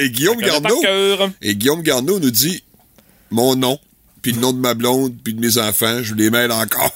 Speaker 10: et Guillaume
Speaker 2: Je la connais par
Speaker 10: Garneau.
Speaker 2: cœur.
Speaker 10: Et Guillaume Garneau nous dit mon nom, puis le nom de ma blonde, puis de mes enfants, je les mêle encore.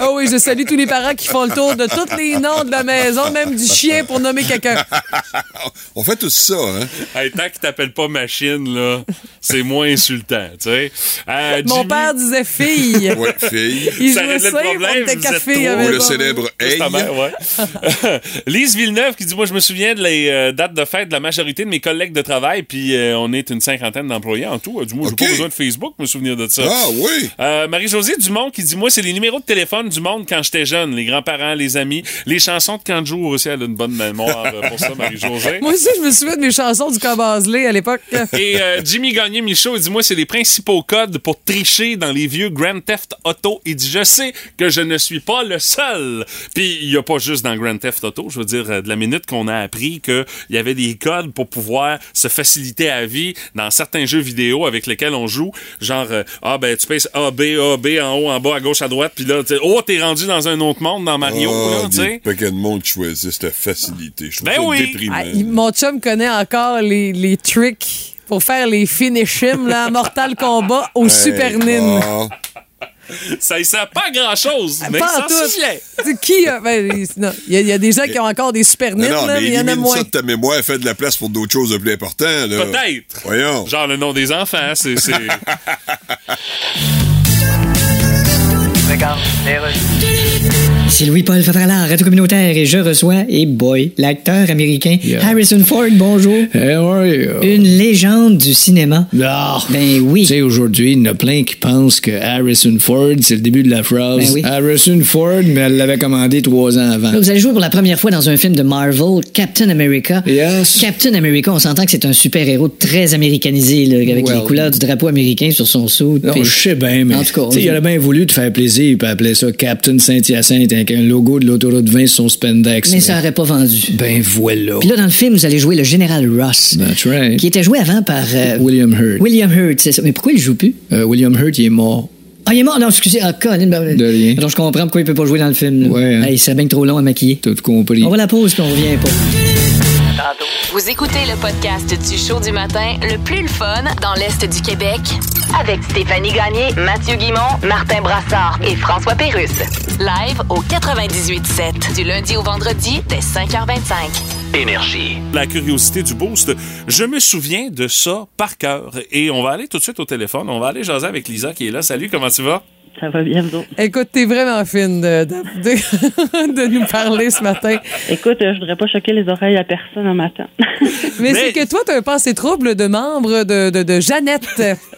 Speaker 1: Oh oui, je salue tous les parents qui font le tour de tous les noms de la maison, même du chien pour nommer quelqu'un.
Speaker 10: *laughs* On fait tout ça, hein?
Speaker 2: Hey, tant qu'il t'appelle pas machine, là, c'est moins insultant, tu sais. Euh,
Speaker 1: Mon
Speaker 2: Jimmy-
Speaker 1: père disait fille.
Speaker 10: Ouais, fille.
Speaker 1: Il
Speaker 2: Ça
Speaker 1: jouait
Speaker 2: réglait le
Speaker 1: simple,
Speaker 2: problème,
Speaker 1: on était
Speaker 2: vous
Speaker 1: café,
Speaker 2: êtes
Speaker 1: il y
Speaker 2: trop-
Speaker 1: avait
Speaker 10: Ou le
Speaker 1: pas-
Speaker 10: célèbre
Speaker 2: C'est
Speaker 10: Hey.
Speaker 2: ta mère, ouais. *laughs* Lise Villeneuve qui dit Moi, je me souviens de les euh, dates de fête de la majorité de mes collègues de travail, puis euh, on est une cinquantaine d'employés en tout. Euh, Du moins, j'ai pas besoin de Facebook pour me souvenir de ça.
Speaker 10: Ah oui!
Speaker 2: Euh, Marie-Josée Dumont qui dit Moi, c'est les numéros de téléphone du monde quand j'étais jeune, les grands-parents, les amis, les chansons de Canjo aussi. Elle a une bonne mémoire
Speaker 10: *laughs*
Speaker 2: euh, pour ça, Marie-Josée.
Speaker 1: Moi aussi, je me souviens de mes chansons du Cabasley à l'époque.
Speaker 2: Et euh, Jimmy Gagné Michaud, il dit Moi, c'est les principaux codes pour tricher dans les vieux Grand Theft Auto. Il dit Je sais que je ne suis pas le seul. Puis, il n'y a pas juste dans Grand Theft Auto. Je veux dire, euh, de la minute qu'on a appris qu'il y avait des codes pour pouvoir se faciliter à la vie dans certains jeux vidéo avec lesquels on joue, genre, euh, ah, ben, tu pèses A, B, A, B, en haut, en bas, à gauche, à droite. Puis là, tu sais, oh, t'es rendu dans un autre monde dans Mario,
Speaker 10: Ah,
Speaker 2: là, tu
Speaker 10: des
Speaker 2: sais.
Speaker 10: paquets de monde qui choisissent la facilité. Je trouve
Speaker 2: Ben
Speaker 10: ça
Speaker 2: oui.
Speaker 10: déprimant.
Speaker 1: Ah, il- mon chum connaît encore les, les tricks pour faire les finish him, là, à Mortal Kombat au
Speaker 10: Hey,
Speaker 1: Super Nin. Ah,
Speaker 10: ah.
Speaker 2: Ça, il sert pas à grand-chose, mais
Speaker 1: Pas
Speaker 2: ça
Speaker 1: en tout. C'est Qui a- ben, il- non, il y, a- il y a des gens qui ont encore des Super Nin,
Speaker 10: Non, non,
Speaker 1: là,
Speaker 10: mais
Speaker 1: mais il y en a
Speaker 10: élimine
Speaker 1: moins.
Speaker 10: ça de ta mémoire, fais de la place pour d'autres choses de plus importantes. là.
Speaker 2: Peut-être.
Speaker 10: Voyons.
Speaker 2: Genre le nom des enfants, c'est. c'est-
Speaker 5: C'est Louis-Paul Favralard, Radio Communautaire, et je reçois, et boy, l'acteur américain Harrison Ford, bonjour.
Speaker 11: Eh
Speaker 5: Une légende du cinéma. Ben oui.
Speaker 11: Ah, Tu sais, aujourd'hui, il y en a plein qui pensent que Harrison Ford, c'est le début de la phrase.
Speaker 5: Ben oui.
Speaker 11: Harrison Ford, mais elle l'avait commandé trois ans avant.
Speaker 5: Là, vous allez jouer pour la première fois dans un film de Marvel, Captain America. Captain America, on s'entend que c'est un super-héros très américanisé, là, avec
Speaker 11: Well.
Speaker 5: les couleurs du drapeau américain sur son sou.
Speaker 11: Non, je sais bien, mais
Speaker 5: En tout cas,
Speaker 11: tu sais, il aurait bien voulu te faire plaisir, puis appeler ça Captain Saint-Hyacinthe avec un logo de l'autoroute 20 sur son spandex.
Speaker 5: mais ça aurait pas vendu.
Speaker 11: Ben voilà.
Speaker 5: Puis là, dans le film, vous allez jouer le général Ross,
Speaker 11: That's right.
Speaker 5: qui était joué avant par euh,
Speaker 11: William Hurt.
Speaker 5: William Hurt, c'est ça. Mais pourquoi il joue plus?
Speaker 11: Euh, William Hurt, il est mort.
Speaker 5: Ah, il est mort. Non, excusez. Ah, Colin. ben,
Speaker 11: De rien.
Speaker 5: Donc, je comprends pourquoi il peut pas jouer dans le film. là.
Speaker 11: Ouais, hein.
Speaker 5: Hey, c'est bien trop long à maquiller.
Speaker 11: T'as tout compris.
Speaker 5: On va à la pause, puis on revient pas.
Speaker 3: Vous écoutez le podcast du show du matin, le plus le fun dans l'Est du Québec, avec Stéphanie Gagné, Mathieu Guimont, Martin Brassard et François Pérusse. Live au 98.7, du lundi au vendredi, dès 5h25.
Speaker 2: Énergie. La curiosité du boost. Je me souviens de ça par cœur. Et on va aller tout de suite au téléphone. On va aller jaser avec Lisa qui est là. Salut, comment tu vas?
Speaker 12: Ça va bien, vous autres?
Speaker 1: Écoute, t'es vraiment fine de, *laughs* de- de- de nous parler ce matin.
Speaker 12: Écoute, euh, je voudrais pas choquer les oreilles à personne un matin. *laughs*
Speaker 1: Mais, c'est que toi, t'as un passé trouble de membre de, de,
Speaker 2: *laughs*
Speaker 1: de Jeannette.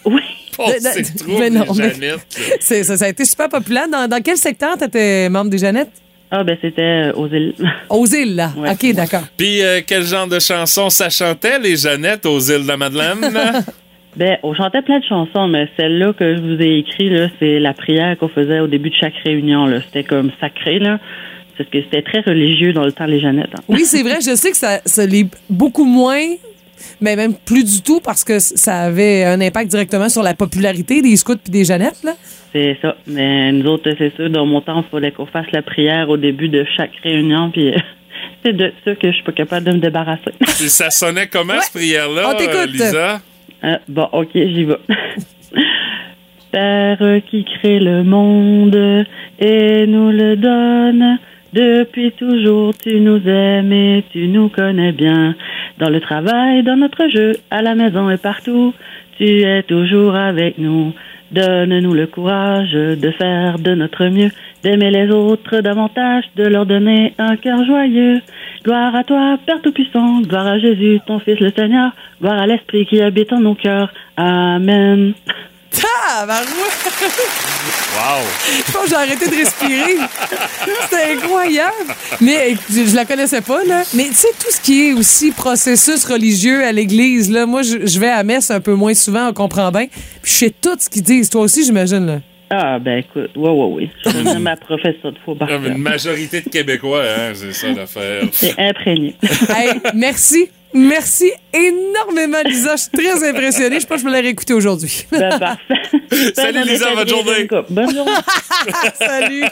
Speaker 12: Oui.
Speaker 1: Oh,
Speaker 2: Passé trouble de Jeannette.
Speaker 1: ben c'est- ça, ça a été super populaire. Dans, dans quel secteur t'étais membre des Jeannettes?
Speaker 12: Ah, ben c'était euh, aux îles.
Speaker 1: *laughs* Aux îles, là. OK, d'accord.
Speaker 2: Puis, euh, quel genre de chanson ça chantait, les Jeannettes, aux îles de la *laughs* Madeleine?
Speaker 12: Ben, on chantait plein de chansons, mais celle-là que je vous ai écrite, là, c'est la prière qu'on faisait au début de chaque réunion. Là. C'était comme sacré, là. Parce que c'était très religieux dans le temps, les Jeannettes. hein.
Speaker 1: Oui, c'est vrai. Je sais que ça, ça l'est beaucoup moins, mais même plus du tout, parce que c- ça avait un impact directement sur la popularité des scouts puis des Jeannettes, là.
Speaker 12: C'est ça. Mais nous autres, c'est sûr, dans mon temps, il fallait qu'on fasse la prière au début de chaque réunion, puis *laughs* euh, c'est de ça que je suis pas capable de me débarrasser.
Speaker 2: Puis ça sonnait comment, cette prière-là,
Speaker 12: On t'écoute.
Speaker 2: euh, Lisa?
Speaker 12: Euh, bon, ok, j'y vais. *laughs* Père qui crée le monde et nous le donne. Depuis toujours, tu nous aimes et tu nous connais bien. Dans le travail, dans notre jeu, à la maison et partout, tu es toujours avec nous. Donne-nous le courage de faire de notre mieux, d'aimer les autres davantage, de leur donner un cœur joyeux. Gloire à toi, Père Tout-Puissant, gloire à Jésus, ton Fils le Seigneur, gloire à l'Esprit qui habite en nos cœurs. Amen.
Speaker 1: Tabarouette!
Speaker 2: Wow!
Speaker 1: Je pense que j'ai arrêté de respirer. C'était incroyable. Mais écoute, je la connaissais pas, là. Mais tu sais, tout ce qui est aussi processus religieux à l'Église, là, moi, je je vais à messe un peu moins souvent, on comprend bien. Puis je sais tout ce qu'ils disent. Toi aussi, j'imagine, là.
Speaker 12: Ah, ben écoute, ouais, ouais, ouais. Je connais ma professeure de faux par
Speaker 2: Comme
Speaker 12: cœur.
Speaker 2: une majorité de Québécois, hein, c'est ça l'affaire. *laughs*
Speaker 12: C'est imprégné.
Speaker 1: Hey, merci. Merci énormément, Lisa. Je suis très impressionnée. Je pense que je vais la réécouter aujourd'hui.
Speaker 12: Ben,
Speaker 1: *laughs*
Speaker 2: Salut Lisa, bonne journée.
Speaker 12: Bonne journée.
Speaker 1: Salut.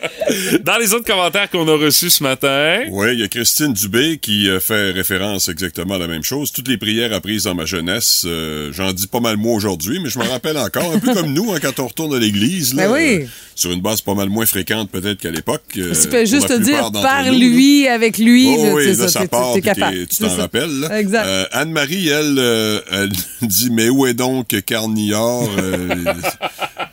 Speaker 2: *laughs* Dans les autres commentaires qu'on a reçus ce matin,
Speaker 10: Oui, il y a Christine Dubé qui euh, fait référence exactement à la même chose. Toutes les prières apprises dans ma jeunesse, euh, j'en dis pas mal moi aujourd'hui, mais je me rappelle encore, un peu comme nous, hein, quand on retourne à l'église, là,
Speaker 1: Ben oui.
Speaker 10: euh, sur une base pas mal moins fréquente peut-être qu'à l'époque. euh,
Speaker 1: tu
Speaker 10: pour
Speaker 1: peux juste
Speaker 10: la
Speaker 1: te dire
Speaker 10: plupart d'entre
Speaker 1: par
Speaker 10: nous, là.
Speaker 1: lui, avec lui.
Speaker 10: Oh
Speaker 1: là,
Speaker 10: oui,
Speaker 1: c'est
Speaker 10: là,
Speaker 1: t'es-
Speaker 10: ça part,
Speaker 1: t'es
Speaker 10: puis
Speaker 1: capable.
Speaker 10: t'es- tu
Speaker 1: C'est
Speaker 10: t'en
Speaker 1: ça.
Speaker 10: rappelles. là.
Speaker 1: Exact.
Speaker 10: Euh, Anne-Marie, elle, euh, elle *laughs* dit, mais où est donc Carnillard?
Speaker 1: *laughs*
Speaker 10: Euh,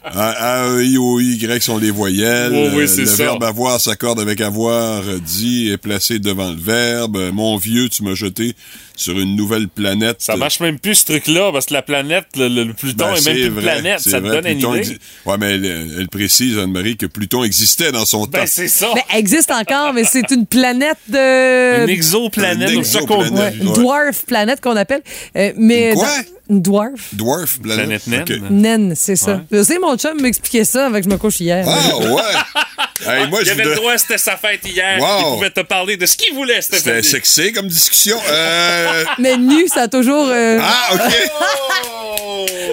Speaker 10: A, A, E, I, O, I, Y sont les voyelles.
Speaker 2: Oh oui,
Speaker 10: Euh,
Speaker 2: c'est
Speaker 10: le
Speaker 2: ça.
Speaker 10: verbe avoir s'accorde avec avoir, euh, dit, est placé devant le verbe. Euh, Mon vieux, tu m'as jeté sur une nouvelle planète.
Speaker 2: ça marche même plus ce truc-là, parce que la planète, le, le- le Pluton
Speaker 10: Ben,
Speaker 2: est
Speaker 10: c'est
Speaker 2: même plus une
Speaker 10: vrai,
Speaker 2: planète,
Speaker 10: c'est
Speaker 2: ça te
Speaker 10: vrai.
Speaker 2: donne une
Speaker 10: Pluton
Speaker 2: idée.
Speaker 10: exi- Ouais, mais elle, elle précise, Anne-Marie, que Pluton existait dans son
Speaker 2: Ben,
Speaker 10: temps.
Speaker 2: ça.
Speaker 1: Mais elle existe encore, mais c'est une planète de.
Speaker 10: Une exoplanète, Une exoplanète,
Speaker 1: Ouais, une
Speaker 10: ouais.
Speaker 1: dwarf planète qu'on appelle. Euh, mais
Speaker 10: Une quoi?
Speaker 1: dans- Une dwarf.
Speaker 10: Dwarf, planète. Ok.
Speaker 1: Naine, c'est ça. Je sais, mon chum m'expliquait ça avec je me couche hier.
Speaker 2: *laughs*
Speaker 10: Ah, ouais! Hey, moi,
Speaker 2: il
Speaker 10: je
Speaker 2: avait
Speaker 10: vous
Speaker 2: le
Speaker 10: don-
Speaker 2: droit, c'était sa fête hier.
Speaker 10: Wow.
Speaker 2: Il pouvait te parler de ce qu'il voulait,
Speaker 10: C'était
Speaker 2: Stéphanie.
Speaker 10: sexy comme discussion. Euh,
Speaker 1: Mais nu, ça a toujours. euh,
Speaker 10: Ah, OK.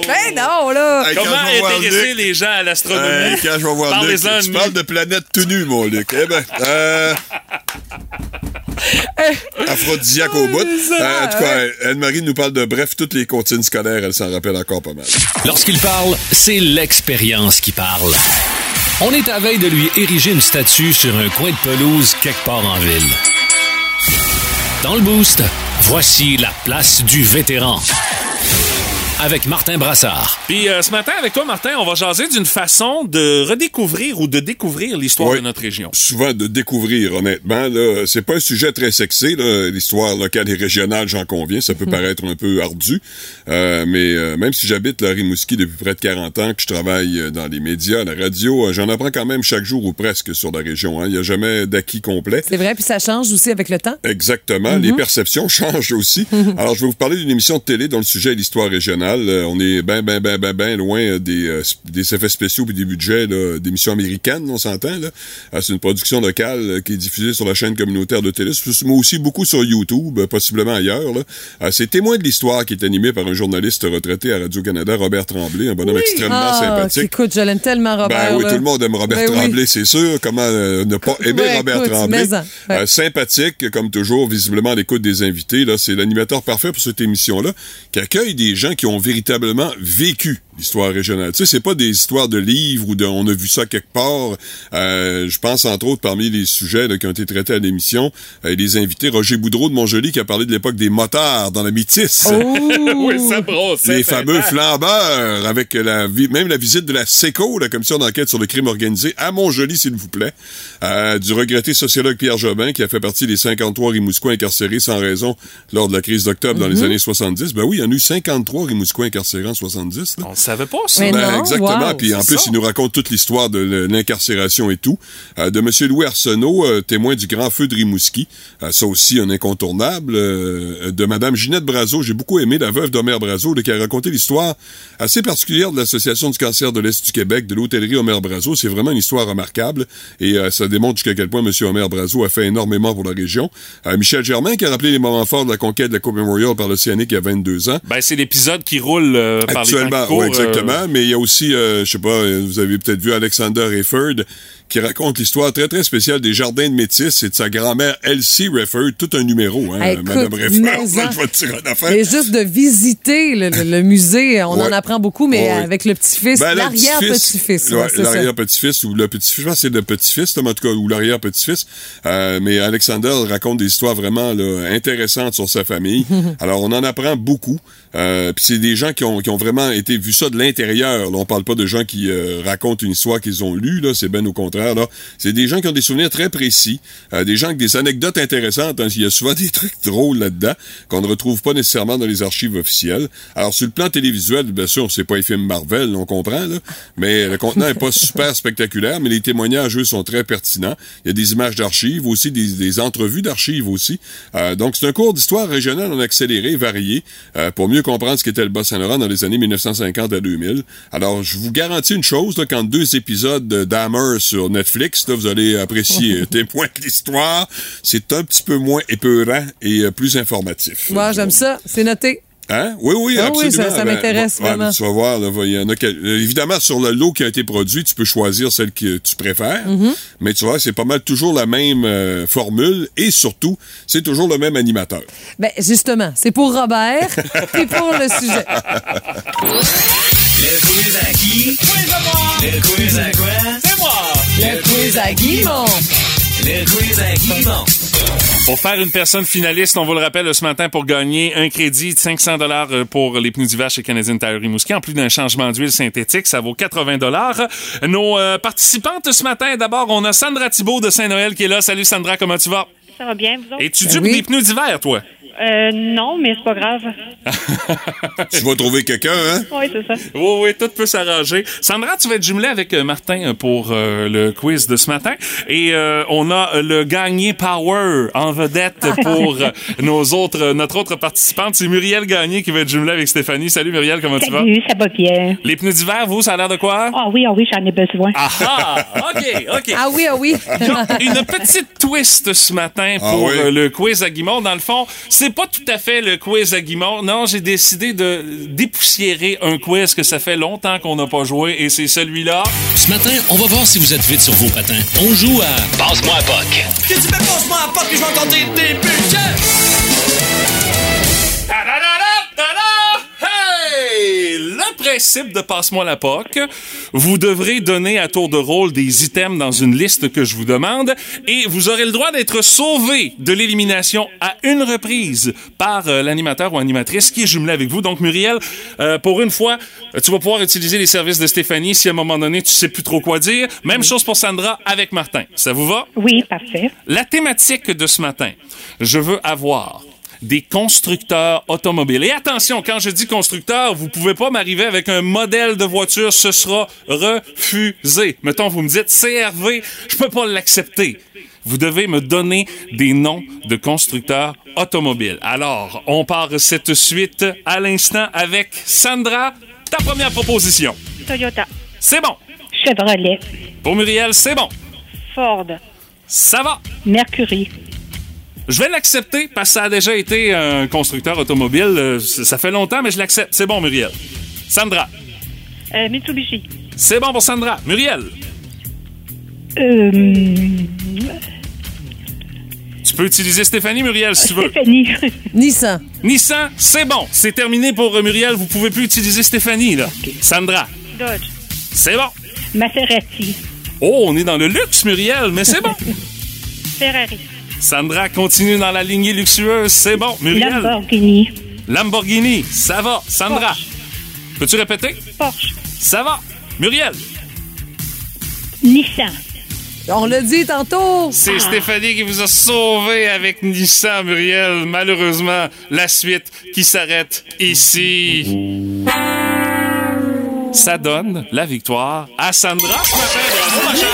Speaker 1: Mais non, là.
Speaker 10: Hey,
Speaker 2: Comment
Speaker 10: quand je vais voir
Speaker 2: intéresser
Speaker 10: Luc-
Speaker 2: les gens à l'astronomie?
Speaker 10: Hey, quand hein, je vais voir Luc,
Speaker 2: Parlez-en à
Speaker 10: tu
Speaker 2: nous.
Speaker 10: parles de planète tout nu, mon Luc. Eh ben, euh, aphrodisiaque au bout.
Speaker 8: ça,
Speaker 10: Euh, en tout cas,
Speaker 8: ouais.
Speaker 10: Anne-Marie nous parle de bref toutes les comptines scolaires. Elle s'en rappelle encore pas mal.
Speaker 6: Lorsqu'il parle, c'est l'expérience qui parle. On est à veille de lui ériger une statue sur un coin de pelouse quelque part en ville. Dans le boost, voici la place du vétéran. Avec Martin Brassard.
Speaker 2: Puis euh, ce matin, avec toi, Martin, on va jaser d'une façon de redécouvrir ou de découvrir l'histoire de notre région.
Speaker 10: Souvent de découvrir, honnêtement, là, c'est pas un sujet très sexy, là, l'histoire locale et régionale, j'en conviens, ça peut paraître un peu ardu, Euh, mais euh, même si j'habite la Rimouski depuis près de 40 ans, que je travaille euh, dans les médias, la radio, euh, j'en apprends quand même chaque jour ou presque sur la région. hein. Il n'y a jamais d'acquis complet.
Speaker 1: C'est vrai, puis ça change aussi avec le temps.
Speaker 10: Exactement. Les perceptions *laughs* changent aussi. Alors, je vais vous parler d'une émission de télé dont le sujet est l'histoire régionale. Euh, on est ben, ben, ben, ben, ben loin euh, des, euh, sp- des effets spéciaux puis des budgets là, d'émissions américaines, on s'entend. là. Euh, C'est une production locale euh, qui est diffusée sur la chaîne communautaire de télé, C'est- mais aussi beaucoup sur YouTube, euh, possiblement ailleurs. là. Euh, C'est Témoin de l'histoire qui est animé par un journaliste retraité à Radio-Canada, Robert Tremblay, un bonhomme extrêmement
Speaker 1: Ah,
Speaker 10: sympathique.
Speaker 1: Écoute, je l'aime tellement, Robert.
Speaker 10: Ben oui,
Speaker 1: là.
Speaker 10: tout le monde aime Robert
Speaker 1: Ben oui.
Speaker 10: Tremblay, c'est sûr. Comment euh, ne
Speaker 1: *laughs*
Speaker 10: pas aimer
Speaker 1: Ben,
Speaker 10: Robert
Speaker 1: écoute,
Speaker 10: Tremblay?
Speaker 1: mais-en, ouais.
Speaker 10: Euh, sympathique, comme toujours, visiblement à l'écoute des invités. Là, c'est l'animateur parfait pour cette émission-là, qui accueille des gens qui ont véritablement vécu l'histoire régionale. Tu sais, c'est pas des histoires de livres ou de on a vu ça quelque part. Euh, je pense entre autres parmi les sujets là, qui ont été traités à l'émission euh, et les invités Roger Boudreau de Montjoli qui a parlé de l'époque des motards dans la Métis.
Speaker 2: *laughs*
Speaker 1: Oh!
Speaker 10: *laughs*
Speaker 2: oui, ça brossait.
Speaker 10: Les fameux flambeurs, avec la vi- même la visite de la SECO, la commission d'enquête sur le crime organisé, à Montjoli, s'il vous plaît, euh, du regretté sociologue Pierre Jobin, qui a fait partie des 53 Rimousquois incarcérés sans raison lors de la crise d'octobre dans les
Speaker 2: Mhm.
Speaker 10: années 70. Ben oui, il y en a eu 53 Rimousquois incarcérés en 70. là.
Speaker 2: On ne savait pas ça.
Speaker 10: Ben, exactement. Puis en
Speaker 2: C'est
Speaker 10: plus,
Speaker 2: ça.
Speaker 10: il nous raconte toute l'histoire de le- l'incarcération et tout. Euh, de Monsieur Louis Arsenault, euh, témoin du grand feu de Rimouski. Euh, ça aussi, un incontournable. Euh, de Madame Ginette Brazo. J'ai beaucoup aimé la veuve d'Omer Brazo, là, qui a raconté l'histoire assez particulière de l'Association du cancer de l'Est du Québec, de l'hôtellerie Omer Brazo. C'est vraiment une histoire remarquable. Et euh, ça démontre jusqu'à quel point Monsieur Omer Brazo a fait énormément pour la région. Euh, Michel Germain, qui a rappelé les moments forts de la conquête de la Coupe Memorial par l'Océanique il y a 22 ans.
Speaker 2: Ben, c'est l'épisode qui roule euh, par les temps qui
Speaker 10: Actuellement,
Speaker 2: courent,
Speaker 10: oui,
Speaker 2: euh,
Speaker 10: exactement. Mais il y a aussi, euh, je sais pas, euh, vous avez peut-être vu Alexander Rayford qui raconte l'histoire très, très spéciale des jardins de métis et de sa grand-mère Elsie Rayford. Tout un numéro, hein,
Speaker 1: Hey, écoute,
Speaker 10: Madame
Speaker 1: mais-en.
Speaker 10: Rayford. *laughs* Je vais te dire une affaire.
Speaker 1: Mais juste de visiter le, le- le musée, on
Speaker 10: Ouais.
Speaker 1: en apprend beaucoup, mais
Speaker 10: Ouais, ouais.
Speaker 1: avec le petit-fils,
Speaker 10: Ben, le
Speaker 1: l'arrière-petit-fils.
Speaker 10: ouais,
Speaker 1: ouais, c'est ça.
Speaker 10: l'arrière-petit-fils ou le petit-fils, je pense que c'est le petit-fils, là, mais en tout cas, ou l'arrière-petit-fils. Euh, mais Alexander raconte des histoires vraiment là, intéressantes sur sa
Speaker 1: *laughs*
Speaker 10: famille. Alors, on en apprend beaucoup. Euh, Puis c'est des gens qui ont, qui ont vraiment été vu ça de l'intérieur. Là, on parle pas de gens qui euh, racontent une histoire qu'ils ont lue. Là, c'est ben au contraire littéraire. là. C'est des gens qui ont des souvenirs très précis, euh, des gens avec des anecdotes intéressantes. hein. Il y a souvent *laughs* des trucs drôles là-dedans qu'on ne retrouve pas nécessairement dans les archives officielles. Alors, sur le plan télévisuel, ben, bien sûr, c'est pas les films Marvel, on comprend, là, mais le contenant est pas super spectaculaire, mais les témoignages, eux, sont très pertinents. Il y a des images d'archives aussi, des, des entrevues d'archives aussi. Euh, donc, c'est un cours d'histoire régionale en accéléré, varié, euh, pour mieux comprendre ce qu'était le Bas-Saint-Laurent dans les années 1950 à 2000. Alors, je vous garantis une chose, là, quand deux épisodes de d'Hammer sur Netflix, là, vous allez apprécier euh, témoin de l'histoire. C'est un petit peu moins épeurant et euh, plus informatif.
Speaker 1: Moi, j'aime ça. C'est noté.
Speaker 10: Hein? Oui, oui,
Speaker 1: Ah oui,
Speaker 10: absolument.
Speaker 1: ça- ça
Speaker 10: Ben,
Speaker 1: m'intéresse
Speaker 10: ouais,
Speaker 1: vraiment.
Speaker 10: tu vas voir, là, il y en a quel- euh, évidemment, sur le lot qui a été produit, tu peux choisir celle que tu préfères.
Speaker 1: Mhm.
Speaker 10: Mais tu vois, c'est pas mal toujours la même euh, formule et surtout, c'est toujours le même
Speaker 1: *laughs*
Speaker 10: animateur.
Speaker 1: Ben, justement, c'est pour Robert et pour le sujet.
Speaker 8: Le quiz à qui? Le quiz à quoi? C'est moi! Le quiz à Guimont! Le quiz à Guimont!
Speaker 2: Pour faire une personne finaliste, on vous le rappelle ce matin, pour gagner un crédit de 500 dollars euh, pour les pneus d'hiver chez Canadian Tire Rimouski, en plus d'un changement d'huile synthétique, ça vaut 80 dollars. Nos euh, participantes ce matin, d'abord, on a Sandra Thibault de Saint-Noël qui est là. Salut Sandra, comment tu vas?
Speaker 13: Ça va bien, vous autres?
Speaker 2: Et tu dupes des pneus d'hiver, toi?
Speaker 13: Euh, non, mais c'est pas grave.
Speaker 10: tu vas trouver quelqu'un, hein?
Speaker 13: Oui, c'est ça.
Speaker 2: Oui, oui, tout peut s'arranger. Sandra, tu vas être jumelée avec euh, Martin euh, pour euh, le quiz de ce matin. Et euh, on a euh, le gagné Power en vedette pour euh, nos autres, euh, notre autre participante. C'est Muriel Gagné qui va être jumelée avec Stéphanie. Salut Muriel, comment tu vas?
Speaker 14: ça va bien.
Speaker 2: Les pneus d'hiver, vous, ça a l'air de quoi?
Speaker 14: Ah oui, ah oui, j'en ai besoin.
Speaker 2: Ah, OK, OK.
Speaker 1: Ah oui, ah
Speaker 2: *laughs*
Speaker 1: oui.
Speaker 2: Une petite twist ce matin
Speaker 10: Ah
Speaker 2: pour
Speaker 10: oui?
Speaker 2: euh, le quiz à Guimond. Dans le fond, c'est pas tout à fait le quiz à Guimond. Non, j'ai décidé de dépoussiérer un quiz que ça fait longtemps qu'on n'a pas joué et c'est celui-là.
Speaker 6: Ce matin, on va voir si vous êtes vite sur vos patins. On joue à Passe-moi à Puck.
Speaker 8: Que tu me passes moi à porte que je vais compter des
Speaker 2: Hey! Le principe de Passe-moi la POC, vous devrez donner à tour de rôle des items dans une liste que je vous demande et vous aurez le droit d'être sauvé de l'élimination à une reprise par euh, l'animateur ou animatrice qui est jumelé avec vous. Donc, Muriel, euh, pour une fois, euh, tu vas pouvoir utiliser les services de Stéphanie si à un moment donné tu sais plus trop quoi dire. Même chose pour Sandra avec Martin. Ça vous va?
Speaker 14: Oui, parfait.
Speaker 2: La thématique de ce matin, je veux avoir des constructeurs automobiles. Et attention, quand je dis constructeur, vous pouvez pas m'arriver avec un modèle de voiture, ce sera refusé. Mettons, vous me dites CRV, je peux pas l'accepter. Vous devez me donner des noms de constructeurs automobiles. Alors, on part cette suite à l'instant avec Sandra, ta première proposition.
Speaker 13: Toyota,
Speaker 2: C'est bon.
Speaker 14: Chevrolet,
Speaker 2: Pour Muriel, c'est bon.
Speaker 13: Ford,
Speaker 2: Ça va.
Speaker 14: Mercury,
Speaker 2: Je vais l'accepter parce que ça a déjà été un constructeur automobile. euh, c- Ça fait longtemps, mais je l'accepte. C'est bon, Muriel. Sandra.
Speaker 13: euh, Mitsubishi,
Speaker 2: C'est bon pour Sandra. Muriel.
Speaker 14: euh,
Speaker 2: Tu peux utiliser Stéphanie, Muriel, si
Speaker 14: *laughs*
Speaker 2: tu veux.
Speaker 1: Nissan.
Speaker 2: Nissan, c'est bon. C'est terminé pour euh, Muriel. Vous pouvez plus utiliser Stéphanie, là. Sandra.
Speaker 13: Dodge,
Speaker 2: C'est bon.
Speaker 14: Maserati,
Speaker 2: Oh, on est dans le luxe, Muriel, mais c'est
Speaker 14: *laughs*
Speaker 2: bon.
Speaker 13: Ferrari,
Speaker 2: Sandra continue dans la lignée luxueuse. C'est bon. Muriel.
Speaker 14: Lamborghini,
Speaker 2: Lamborghini. Ça va. Sandra. Peux-tu répéter?
Speaker 14: Porsche,
Speaker 2: Ça va. Muriel.
Speaker 14: Nissan.
Speaker 1: On l'a dit tantôt.
Speaker 2: C'est Stéphanie qui vous a sauvé avec Nissan Muriel. Malheureusement, la suite qui s'arrête ici. Ça donne la victoire à Sandra ce matin. Bravo, ma chère.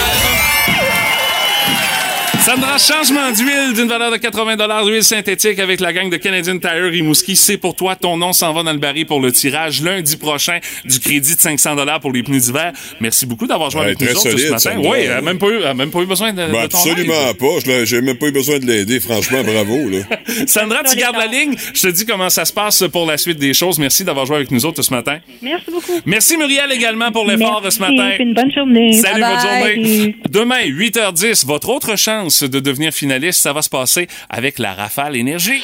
Speaker 2: Sandra, changement d'huile d'une valeur de 80 d'huile synthétique avec la gang de Canadian Tire Rimouski. C'est pour toi. Ton nom s'en va dans le baril pour le tirage lundi prochain du crédit de 500 pour les pneus d'hiver. Merci beaucoup d'avoir joué
Speaker 10: Ouais,
Speaker 2: avec nous
Speaker 10: très
Speaker 2: autres ce
Speaker 10: solide,
Speaker 2: matin.
Speaker 10: Sandra.
Speaker 2: Oui, euh, elle a même pas eu, elle a même pas eu besoin de, de
Speaker 15: Bah,
Speaker 10: Ben,
Speaker 2: ton aide.
Speaker 10: absolument pas. Je l'ai- J'ai même pas eu besoin de l'aider. Franchement, bravo. Là.
Speaker 2: Sandra, tu gardes la ligne. Je te dis comment ça se passe pour la suite des choses. Merci d'avoir joué avec nous autres ce matin.
Speaker 13: merci beaucoup.
Speaker 2: Merci Muriel également pour l'effort de ce
Speaker 13: Merci,
Speaker 2: matin.
Speaker 13: puis une bonne journée.
Speaker 2: Salut,
Speaker 13: Bye
Speaker 2: bonne
Speaker 13: bye.
Speaker 2: journée. Demain, 8h10, votre autre chance de devenir finaliste, ça va se passer avec la Rafale Énergie.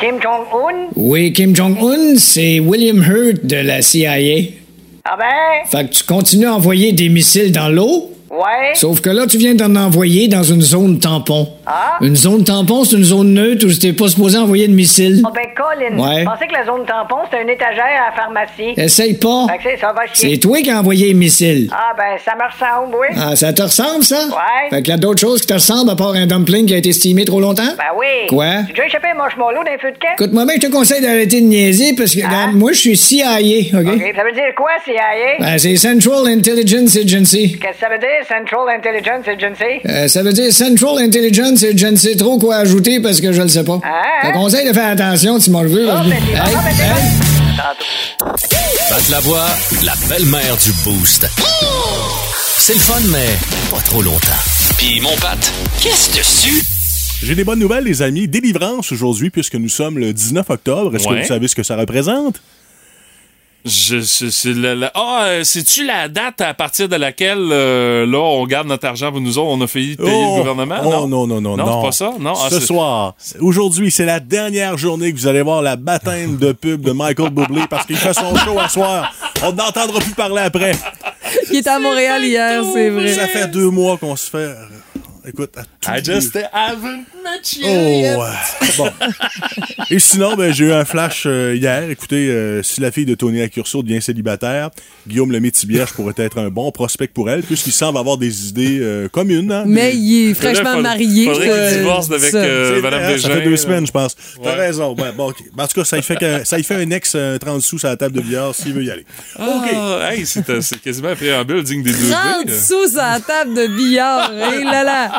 Speaker 16: Kim Jong-un?
Speaker 11: Oui, Kim Jong-un, c'est William Hurt de la CIA.
Speaker 16: Ah ben?
Speaker 11: Fait que tu continues à envoyer des missiles dans l'eau,
Speaker 16: Ouais?
Speaker 11: sauf que là, tu viens d'en envoyer dans une zone tampon.
Speaker 16: Ah?
Speaker 11: Une zone tampon, c'est une zone neutre où j'étais pas supposé envoyer de missiles.
Speaker 16: Oh ben Colin,
Speaker 11: Ouais.
Speaker 16: je pensais que la zone tampon, c'était une étagère à la pharmacie.
Speaker 11: Essaye pas.
Speaker 16: Fait que c'est- ça va chier.
Speaker 11: C'est toi qui as envoyé les missiles.
Speaker 16: Ah ben, ça me ressemble, oui.
Speaker 11: Ah, ça te ressemble, ça?
Speaker 16: Ouais.
Speaker 11: Fait que là, d'autres choses qui te ressemblent à part un dumpling qui a été estimé trop longtemps?
Speaker 16: Ben oui.
Speaker 11: Quoi?
Speaker 16: J'ai déjà échappé un marshmallow d'un feu de camp.
Speaker 11: Écoute-moi bien, je te conseille d'arrêter de niaiser parce que, regarde, moi, je suis CIA, OK?
Speaker 16: Hein? OK, Ça veut dire quoi, CIA?
Speaker 11: Ben, c'est Central Intelligence Agency.
Speaker 16: Qu'est-ce que ça veut dire, Central Intelligence Agency?
Speaker 11: Euh, ça veut dire Central Intelligence Agency. Trop quoi ajouter parce que je le sais pas.
Speaker 16: Hein?
Speaker 11: Je te conseille de faire attention, tu m'en veux.
Speaker 16: Oh,
Speaker 11: parce que-
Speaker 16: ben,
Speaker 11: Hey,
Speaker 6: Pat Lavoie, la belle-mère du Boost.
Speaker 8: Oh!
Speaker 6: C'est le fun, mais pas trop longtemps. Puis mon Pat, qu'est-ce que tu
Speaker 15: J'ai des bonnes nouvelles, les amis. Délivrance aujourd'hui, puisque nous sommes le 19 octobre. Est-ce
Speaker 2: Ouais.
Speaker 15: que vous savez ce que ça représente?
Speaker 2: Je, c'est, c'est la- la- Ah, euh, c'est-tu la date à partir de laquelle, euh, là, on garde notre argent pour nous autres, on a failli payer
Speaker 15: Oh!
Speaker 2: le gouvernement?
Speaker 15: Oh, non, non, non, non.
Speaker 2: c'est pas ça? Non, ah,
Speaker 15: Ce
Speaker 2: c'est-
Speaker 15: soir, aujourd'hui, c'est la dernière journée que vous allez voir la baptême de pub de Michael Bublé parce qu'il fait son show à soir. On n'entendra plus parler après.
Speaker 1: Il était à Montréal hier, c'est vrai.
Speaker 15: Ça fait deux mois qu'on se fait. euh, Écoute, à tout
Speaker 2: I just
Speaker 15: lieu.
Speaker 2: haven't met you
Speaker 15: Oh,
Speaker 2: yet.
Speaker 15: ouais. Bon. Et sinon, ben, j'ai eu un flash euh, hier. Écoutez, euh, si la fille de Tony Accurso devient célibataire, Guillaume le Métibierge pourrait être un bon prospect pour elle, puisqu'il semble avoir des idées euh, communes. hein.
Speaker 1: Mais
Speaker 15: Des-
Speaker 1: il est fraîchement
Speaker 15: faudrait-
Speaker 1: marié,
Speaker 15: faudrait
Speaker 1: ça,
Speaker 15: qu'il divorce
Speaker 1: avec,
Speaker 15: ça.
Speaker 2: euh,
Speaker 15: C'est
Speaker 2: Madame
Speaker 15: vrai, hein, Ça
Speaker 2: Bégin,
Speaker 15: fait deux
Speaker 2: là.
Speaker 15: semaines, je pense. T'as
Speaker 2: Ouais.
Speaker 15: raison. Ouais, bon, ok. Ben, en tout cas, ça y fait, que, ça y fait un ex euh, 30 sous sur la table de billard s'il veut y aller.
Speaker 2: Ah, hey, c'est, euh, c'est quasiment un préambule digne des deux.
Speaker 1: 30
Speaker 2: B, là.
Speaker 1: sous à la table de billard. Hé là là.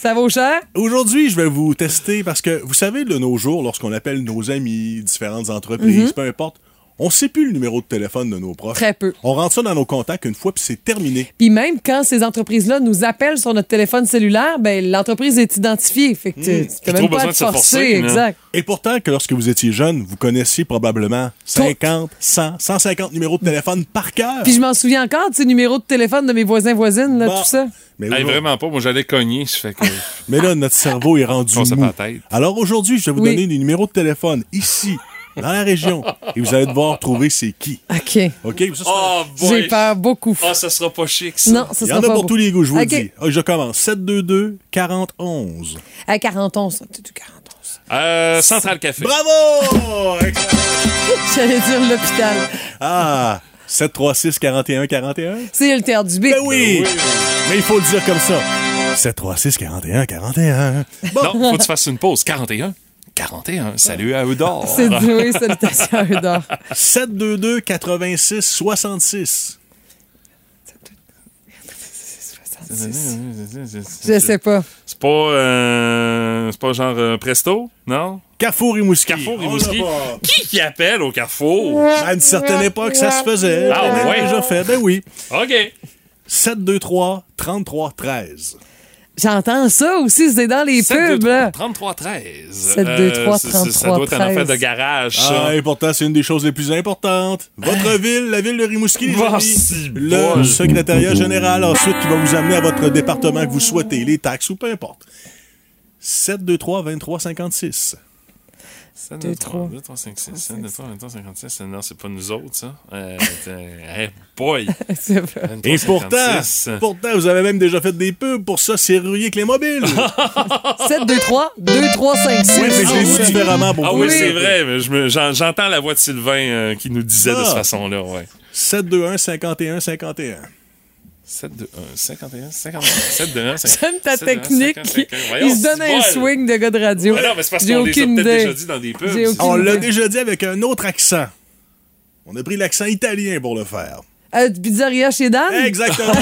Speaker 1: Ça vaut cher?
Speaker 15: Aujourd'hui, je vais vous tester parce que vous savez, de nos jours, lorsqu'on appelle nos amis, différentes entreprises,
Speaker 1: Mhm.
Speaker 15: peu importe, on sait plus le numéro de téléphone de nos profs.
Speaker 1: Très peu.
Speaker 15: On rentre ça dans nos contacts une fois, puis c'est terminé.
Speaker 1: Puis même quand ces entreprises-là nous appellent sur notre téléphone cellulaire, ben l'entreprise est identifiée. Fait que tu, tu peux même pas te forcer. hein. exact.
Speaker 15: Hmm. Et pourtant, que lorsque vous étiez jeune, vous connaissiez probablement 50, 100, 150 numéros de téléphone par cœur.
Speaker 1: Puis je m'en souviens encore de ces numéros de téléphone de mes voisins voisines, là, tout ça.
Speaker 15: Mais,
Speaker 2: Hey, vraiment pas, moi j'allais cogner, ça fait que...
Speaker 15: mais là, notre cerveau est rendu
Speaker 2: On s'est
Speaker 15: mou.
Speaker 2: pas la tête.
Speaker 15: Alors aujourd'hui, je vais vous
Speaker 1: Oui.
Speaker 15: donner des numéros de téléphone ici, dans la région, et vous allez devoir trouver c'est qui.
Speaker 1: OK.
Speaker 15: OK? Ça, c'est-
Speaker 2: Oh, boy.
Speaker 1: J'ai peur beaucoup.
Speaker 2: Ah, ça sera pas chic, ça.
Speaker 1: Non, ça
Speaker 15: Il y
Speaker 1: sera
Speaker 15: en a
Speaker 1: pas
Speaker 15: pour
Speaker 1: beau.
Speaker 15: tous les goûts, je vous
Speaker 1: Ok.
Speaker 15: le dis. Ah, Je commence. 722 41.
Speaker 1: À 40 ans, ça. Tu- tu-
Speaker 2: Euh, Central Café.
Speaker 15: Bravo!
Speaker 1: *laughs* J'allais dire l'hôpital.
Speaker 15: Ah! 736 41 41.
Speaker 1: C'est le terre du B.
Speaker 15: Ben
Speaker 2: Ben
Speaker 15: oui. Mais il faut le dire comme ça. 736 41 41.
Speaker 2: Non, faut que tu fasses une pause. 41. 41. Salut à Eudore.
Speaker 1: C'est du oui, salutations
Speaker 2: *laughs*
Speaker 1: à Eudore.
Speaker 15: 722 86 66.
Speaker 1: Je sais pas.
Speaker 2: C'est pas, euh, c'est pas genre euh, Presto, non?
Speaker 15: Carrefour et Mouski.
Speaker 2: Carrefour et Qui qui appelle au Carrefour?
Speaker 15: À une certaine époque, ça se faisait.
Speaker 2: Oh! Ah
Speaker 15: On l'a
Speaker 2: ouais?
Speaker 15: déjà fait, ben oui.
Speaker 2: OK.
Speaker 15: 723 33 13.
Speaker 1: J'entends ça aussi, c'est dans les
Speaker 2: 7, 2,
Speaker 1: pubs.
Speaker 2: 3,
Speaker 1: là.
Speaker 2: 33 13.
Speaker 1: 7, 2, 3,
Speaker 2: Euh, c'est- c'est- Ça doit être un
Speaker 1: 33,
Speaker 2: affaire de garage, ça. Hein?
Speaker 15: Ah, et pourtant, c'est une des choses les plus importantes. Votre ville, la ville de Rimouski, les
Speaker 2: Bah,
Speaker 15: amis.
Speaker 2: si
Speaker 15: le
Speaker 2: bol.
Speaker 15: secrétariat général, ensuite, qui va vous amener à votre département que vous souhaitez, les taxes ou peu importe. 723 23 56.
Speaker 2: 7, 2, 3, 2, 3, 5, 6, 7, 2, 3, 23, 56. Non, c'est pas nous autres, ça. Euh, attends, hey,
Speaker 1: *laughs*
Speaker 2: boy.
Speaker 15: Et
Speaker 2: 23,
Speaker 15: pourtant,
Speaker 2: 56.
Speaker 15: pourtant, vous avez même déjà fait des pubs pour ça, c'est rouillé que les
Speaker 2: *laughs*
Speaker 15: mobiles.
Speaker 1: 7, 2, 3, 2, 3, 5, 6.
Speaker 15: Oui, mais je l'ai dit différemment pour
Speaker 2: Ah
Speaker 15: vous.
Speaker 2: oui, c'est vrai. mais je me- j'en- J'entends la voix de Sylvain euh, qui nous disait de
Speaker 15: Ah.
Speaker 2: cette façon-là, ouais.
Speaker 15: 721 51 51.
Speaker 2: 7, 2, 1, 51, 51, 7, 2, 1, 51.
Speaker 1: *laughs* J'aime ta technique. Il se donne un swing de gars de radio.
Speaker 2: Ah non, mais c'est parce
Speaker 1: J'ai
Speaker 2: qu'on les a
Speaker 1: aucune
Speaker 2: peut-être
Speaker 1: idée.
Speaker 2: déjà dit dans des pubs.
Speaker 1: J'ai aucune
Speaker 15: On l'a
Speaker 1: idée.
Speaker 15: déjà dit avec un autre accent. On a pris l'accent italien pour le faire.
Speaker 1: Euh, du pizzeria chez Dan? *laughs*
Speaker 15: Exactement.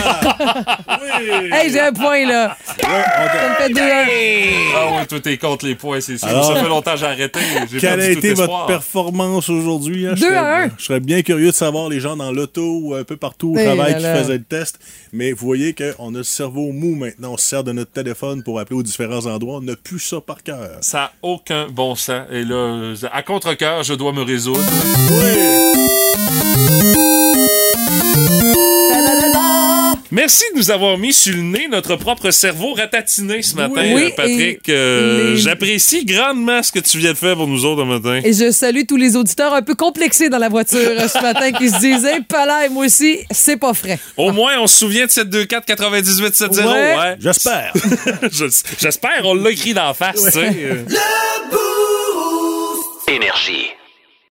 Speaker 1: hey, j'ai un point, là. Ça me fait deux
Speaker 2: Ah oui, toi, t'es contre les points, c'est sûr.
Speaker 15: Alors-
Speaker 2: ça fait longtemps que j'ai arrêté. J'ai
Speaker 15: Quelle
Speaker 2: perdu
Speaker 15: a
Speaker 2: tout
Speaker 15: été
Speaker 2: espoir.
Speaker 15: votre performance aujourd'hui? hein? Je
Speaker 1: Deux
Speaker 15: serais-
Speaker 1: à un.
Speaker 15: Je serais bien curieux de savoir les gens dans l'auto ou un peu partout au
Speaker 1: Eh
Speaker 15: travail
Speaker 1: là
Speaker 15: qui
Speaker 1: là.
Speaker 15: faisaient le test. Mais vous voyez qu'on a le cerveau mou maintenant. On se sert de notre téléphone pour appeler aux différents endroits. On n'a plus ça par cœur.
Speaker 2: Ça n'a aucun bon sens. Et là, euh, à contre-cœur, je dois me résoudre.
Speaker 1: Ta-da-da-da.
Speaker 2: Merci de nous avoir mis sur le nez notre propre cerveau ratatiné ce matin,
Speaker 1: Oui,
Speaker 2: euh, Patrick. Euh, J'apprécie grandement ce que tu viens de faire pour nous autres un matin.
Speaker 1: Et je salue tous les auditeurs un peu complexés dans la voiture euh, ce matin qui se disent Hey, palais, moi aussi, c'est pas frais.
Speaker 2: Au moins, on se souvient de 724 98 70.
Speaker 1: Ouais.
Speaker 2: *laughs* J'espère. J'espère, on l'a écrit d'en face, tu sais.
Speaker 8: Énergie.